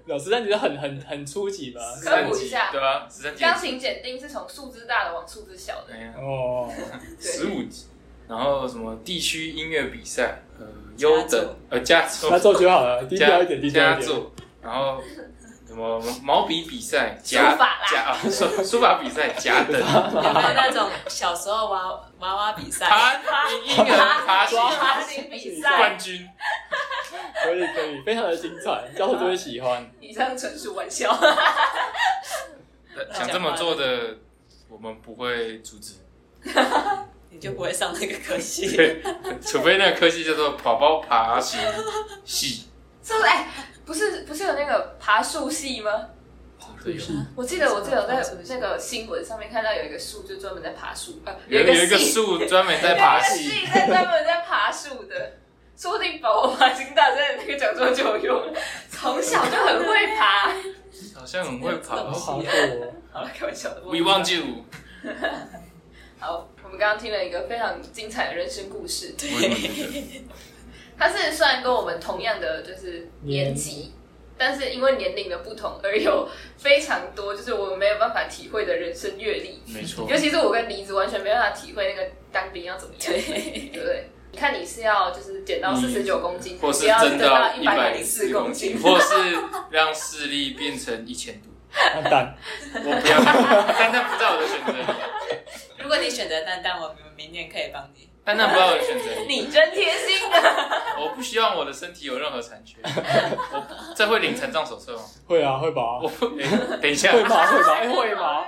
Speaker 4: 老师，但觉得很很很初级吧？
Speaker 1: 十
Speaker 3: 科
Speaker 1: 三
Speaker 3: 普一
Speaker 1: 级
Speaker 3: 下
Speaker 1: 对吧？十三级，
Speaker 3: 钢琴检定是从数字大的往数字小的，
Speaker 1: 哎呀，
Speaker 4: 哦，
Speaker 1: 十五级，然后什么地区音乐比赛，呃，优等，呃，加州
Speaker 4: 那，做就好了，低调
Speaker 1: 加
Speaker 4: 一点，低调
Speaker 1: 加
Speaker 4: 一
Speaker 1: <laughs>
Speaker 4: 点。
Speaker 1: 州，然后什么毛笔比赛，
Speaker 3: 书
Speaker 1: 甲
Speaker 3: 法啦
Speaker 1: 甲啊书书法比赛甲
Speaker 3: <laughs>
Speaker 1: 等，
Speaker 2: 有没有那种小时候娃娃娃比赛？
Speaker 1: 爬婴儿爬行
Speaker 3: 爬行比赛
Speaker 1: 冠。军，
Speaker 4: 可以可以，非常的精彩，教授都会喜欢。
Speaker 3: 以上纯属玩笑， <laughs> 呃
Speaker 1: 想这么做的，我们不会阻
Speaker 3: <laughs>
Speaker 1: 止，
Speaker 2: 你就不会上那个科系。
Speaker 1: 对，除非那个科系叫做宝宝爬行系，
Speaker 3: 是不是？哎，不是不是有那个爬树系吗？
Speaker 1: 对有
Speaker 3: 我记得我记得有在
Speaker 2: 爬树系
Speaker 3: 那个新闻上面看到有一个树就专门在爬树，呃，
Speaker 1: 有
Speaker 3: 一个
Speaker 1: 有一个
Speaker 3: 系
Speaker 1: 树专门在爬
Speaker 3: 有一
Speaker 1: 戏
Speaker 3: 个，系在专门在爬树的，说不定宝宝爬行大赛的那个奖状就有用，从小就很会爬。
Speaker 1: 好像很会爬
Speaker 2: 这。种
Speaker 4: 好
Speaker 2: 好
Speaker 4: 酷
Speaker 2: 酷
Speaker 4: 哦！
Speaker 3: 好了，开玩笑的。
Speaker 1: We want you，
Speaker 3: 好，我们刚刚听了一个非常精彩的人生故事。
Speaker 1: 我也这么觉得
Speaker 3: 他是虽然跟我们同样的就是年级，但是因为年龄的不同而有非常多就是我们没有办法体会的人生阅历。
Speaker 1: 没错
Speaker 3: 尤。其是我跟梨子完全没办法体会那个当兵要怎么样，对不对？你看你是 <laughs> 要就是减到四十九公斤，
Speaker 1: 嗯或是
Speaker 3: 不要
Speaker 1: 增
Speaker 3: 增到
Speaker 1: 到
Speaker 3: 一
Speaker 1: 一
Speaker 3: 百
Speaker 1: 百
Speaker 3: 零
Speaker 1: 零四
Speaker 3: 四
Speaker 1: 公
Speaker 3: 公
Speaker 1: 斤，
Speaker 3: 斤，
Speaker 1: 或是让视力变成一千度。
Speaker 4: 那蛋，
Speaker 1: 我不要，丹丹不在我的选择里，
Speaker 2: 如果你选择蛋蛋，我们明年可以帮你。
Speaker 1: 丹丹不在我的选择里，
Speaker 3: 你真贴心啊！
Speaker 1: 我不希望我的身体有任何残缺。我这会领残障手册吗？
Speaker 4: 会啊会吧
Speaker 1: 我，不，哎等一
Speaker 3: <laughs>
Speaker 1: 下，
Speaker 4: 会
Speaker 1: 等
Speaker 4: 吧会吧，哎会吧，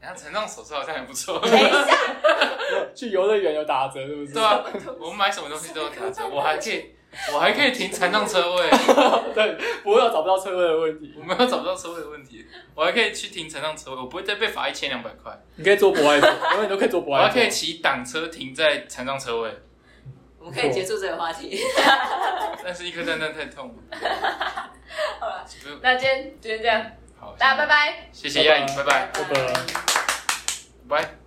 Speaker 1: 一下残障手册好像也不
Speaker 3: <laughs>
Speaker 1: 错。
Speaker 2: 等一下，
Speaker 4: <laughs> 去游乐园有打折是不是？
Speaker 1: 啊对啊，我们买什么东西都有打折，我还可以，我还可以停残障车位，
Speaker 4: 对，不会有找不到车位的问题。
Speaker 1: 我没有找不到车位的问题，我还可以去停残障车位，我不会再被罚一千两百块，
Speaker 4: 你可以做博爱座，永远都可以做博
Speaker 1: 我
Speaker 4: 爱
Speaker 1: 还
Speaker 4: 座。
Speaker 1: 可以骑挡车停在残障车位，
Speaker 2: 我们可以结束这个话题。
Speaker 1: 但是一颗蛋蛋太痛了。
Speaker 3: 好了，
Speaker 1: 不用
Speaker 3: 那今天今天这样，
Speaker 1: 好，
Speaker 3: 大家拜拜。
Speaker 1: 谢谢亚颖，拜拜，
Speaker 4: 这个
Speaker 2: 拜拜
Speaker 1: 拜。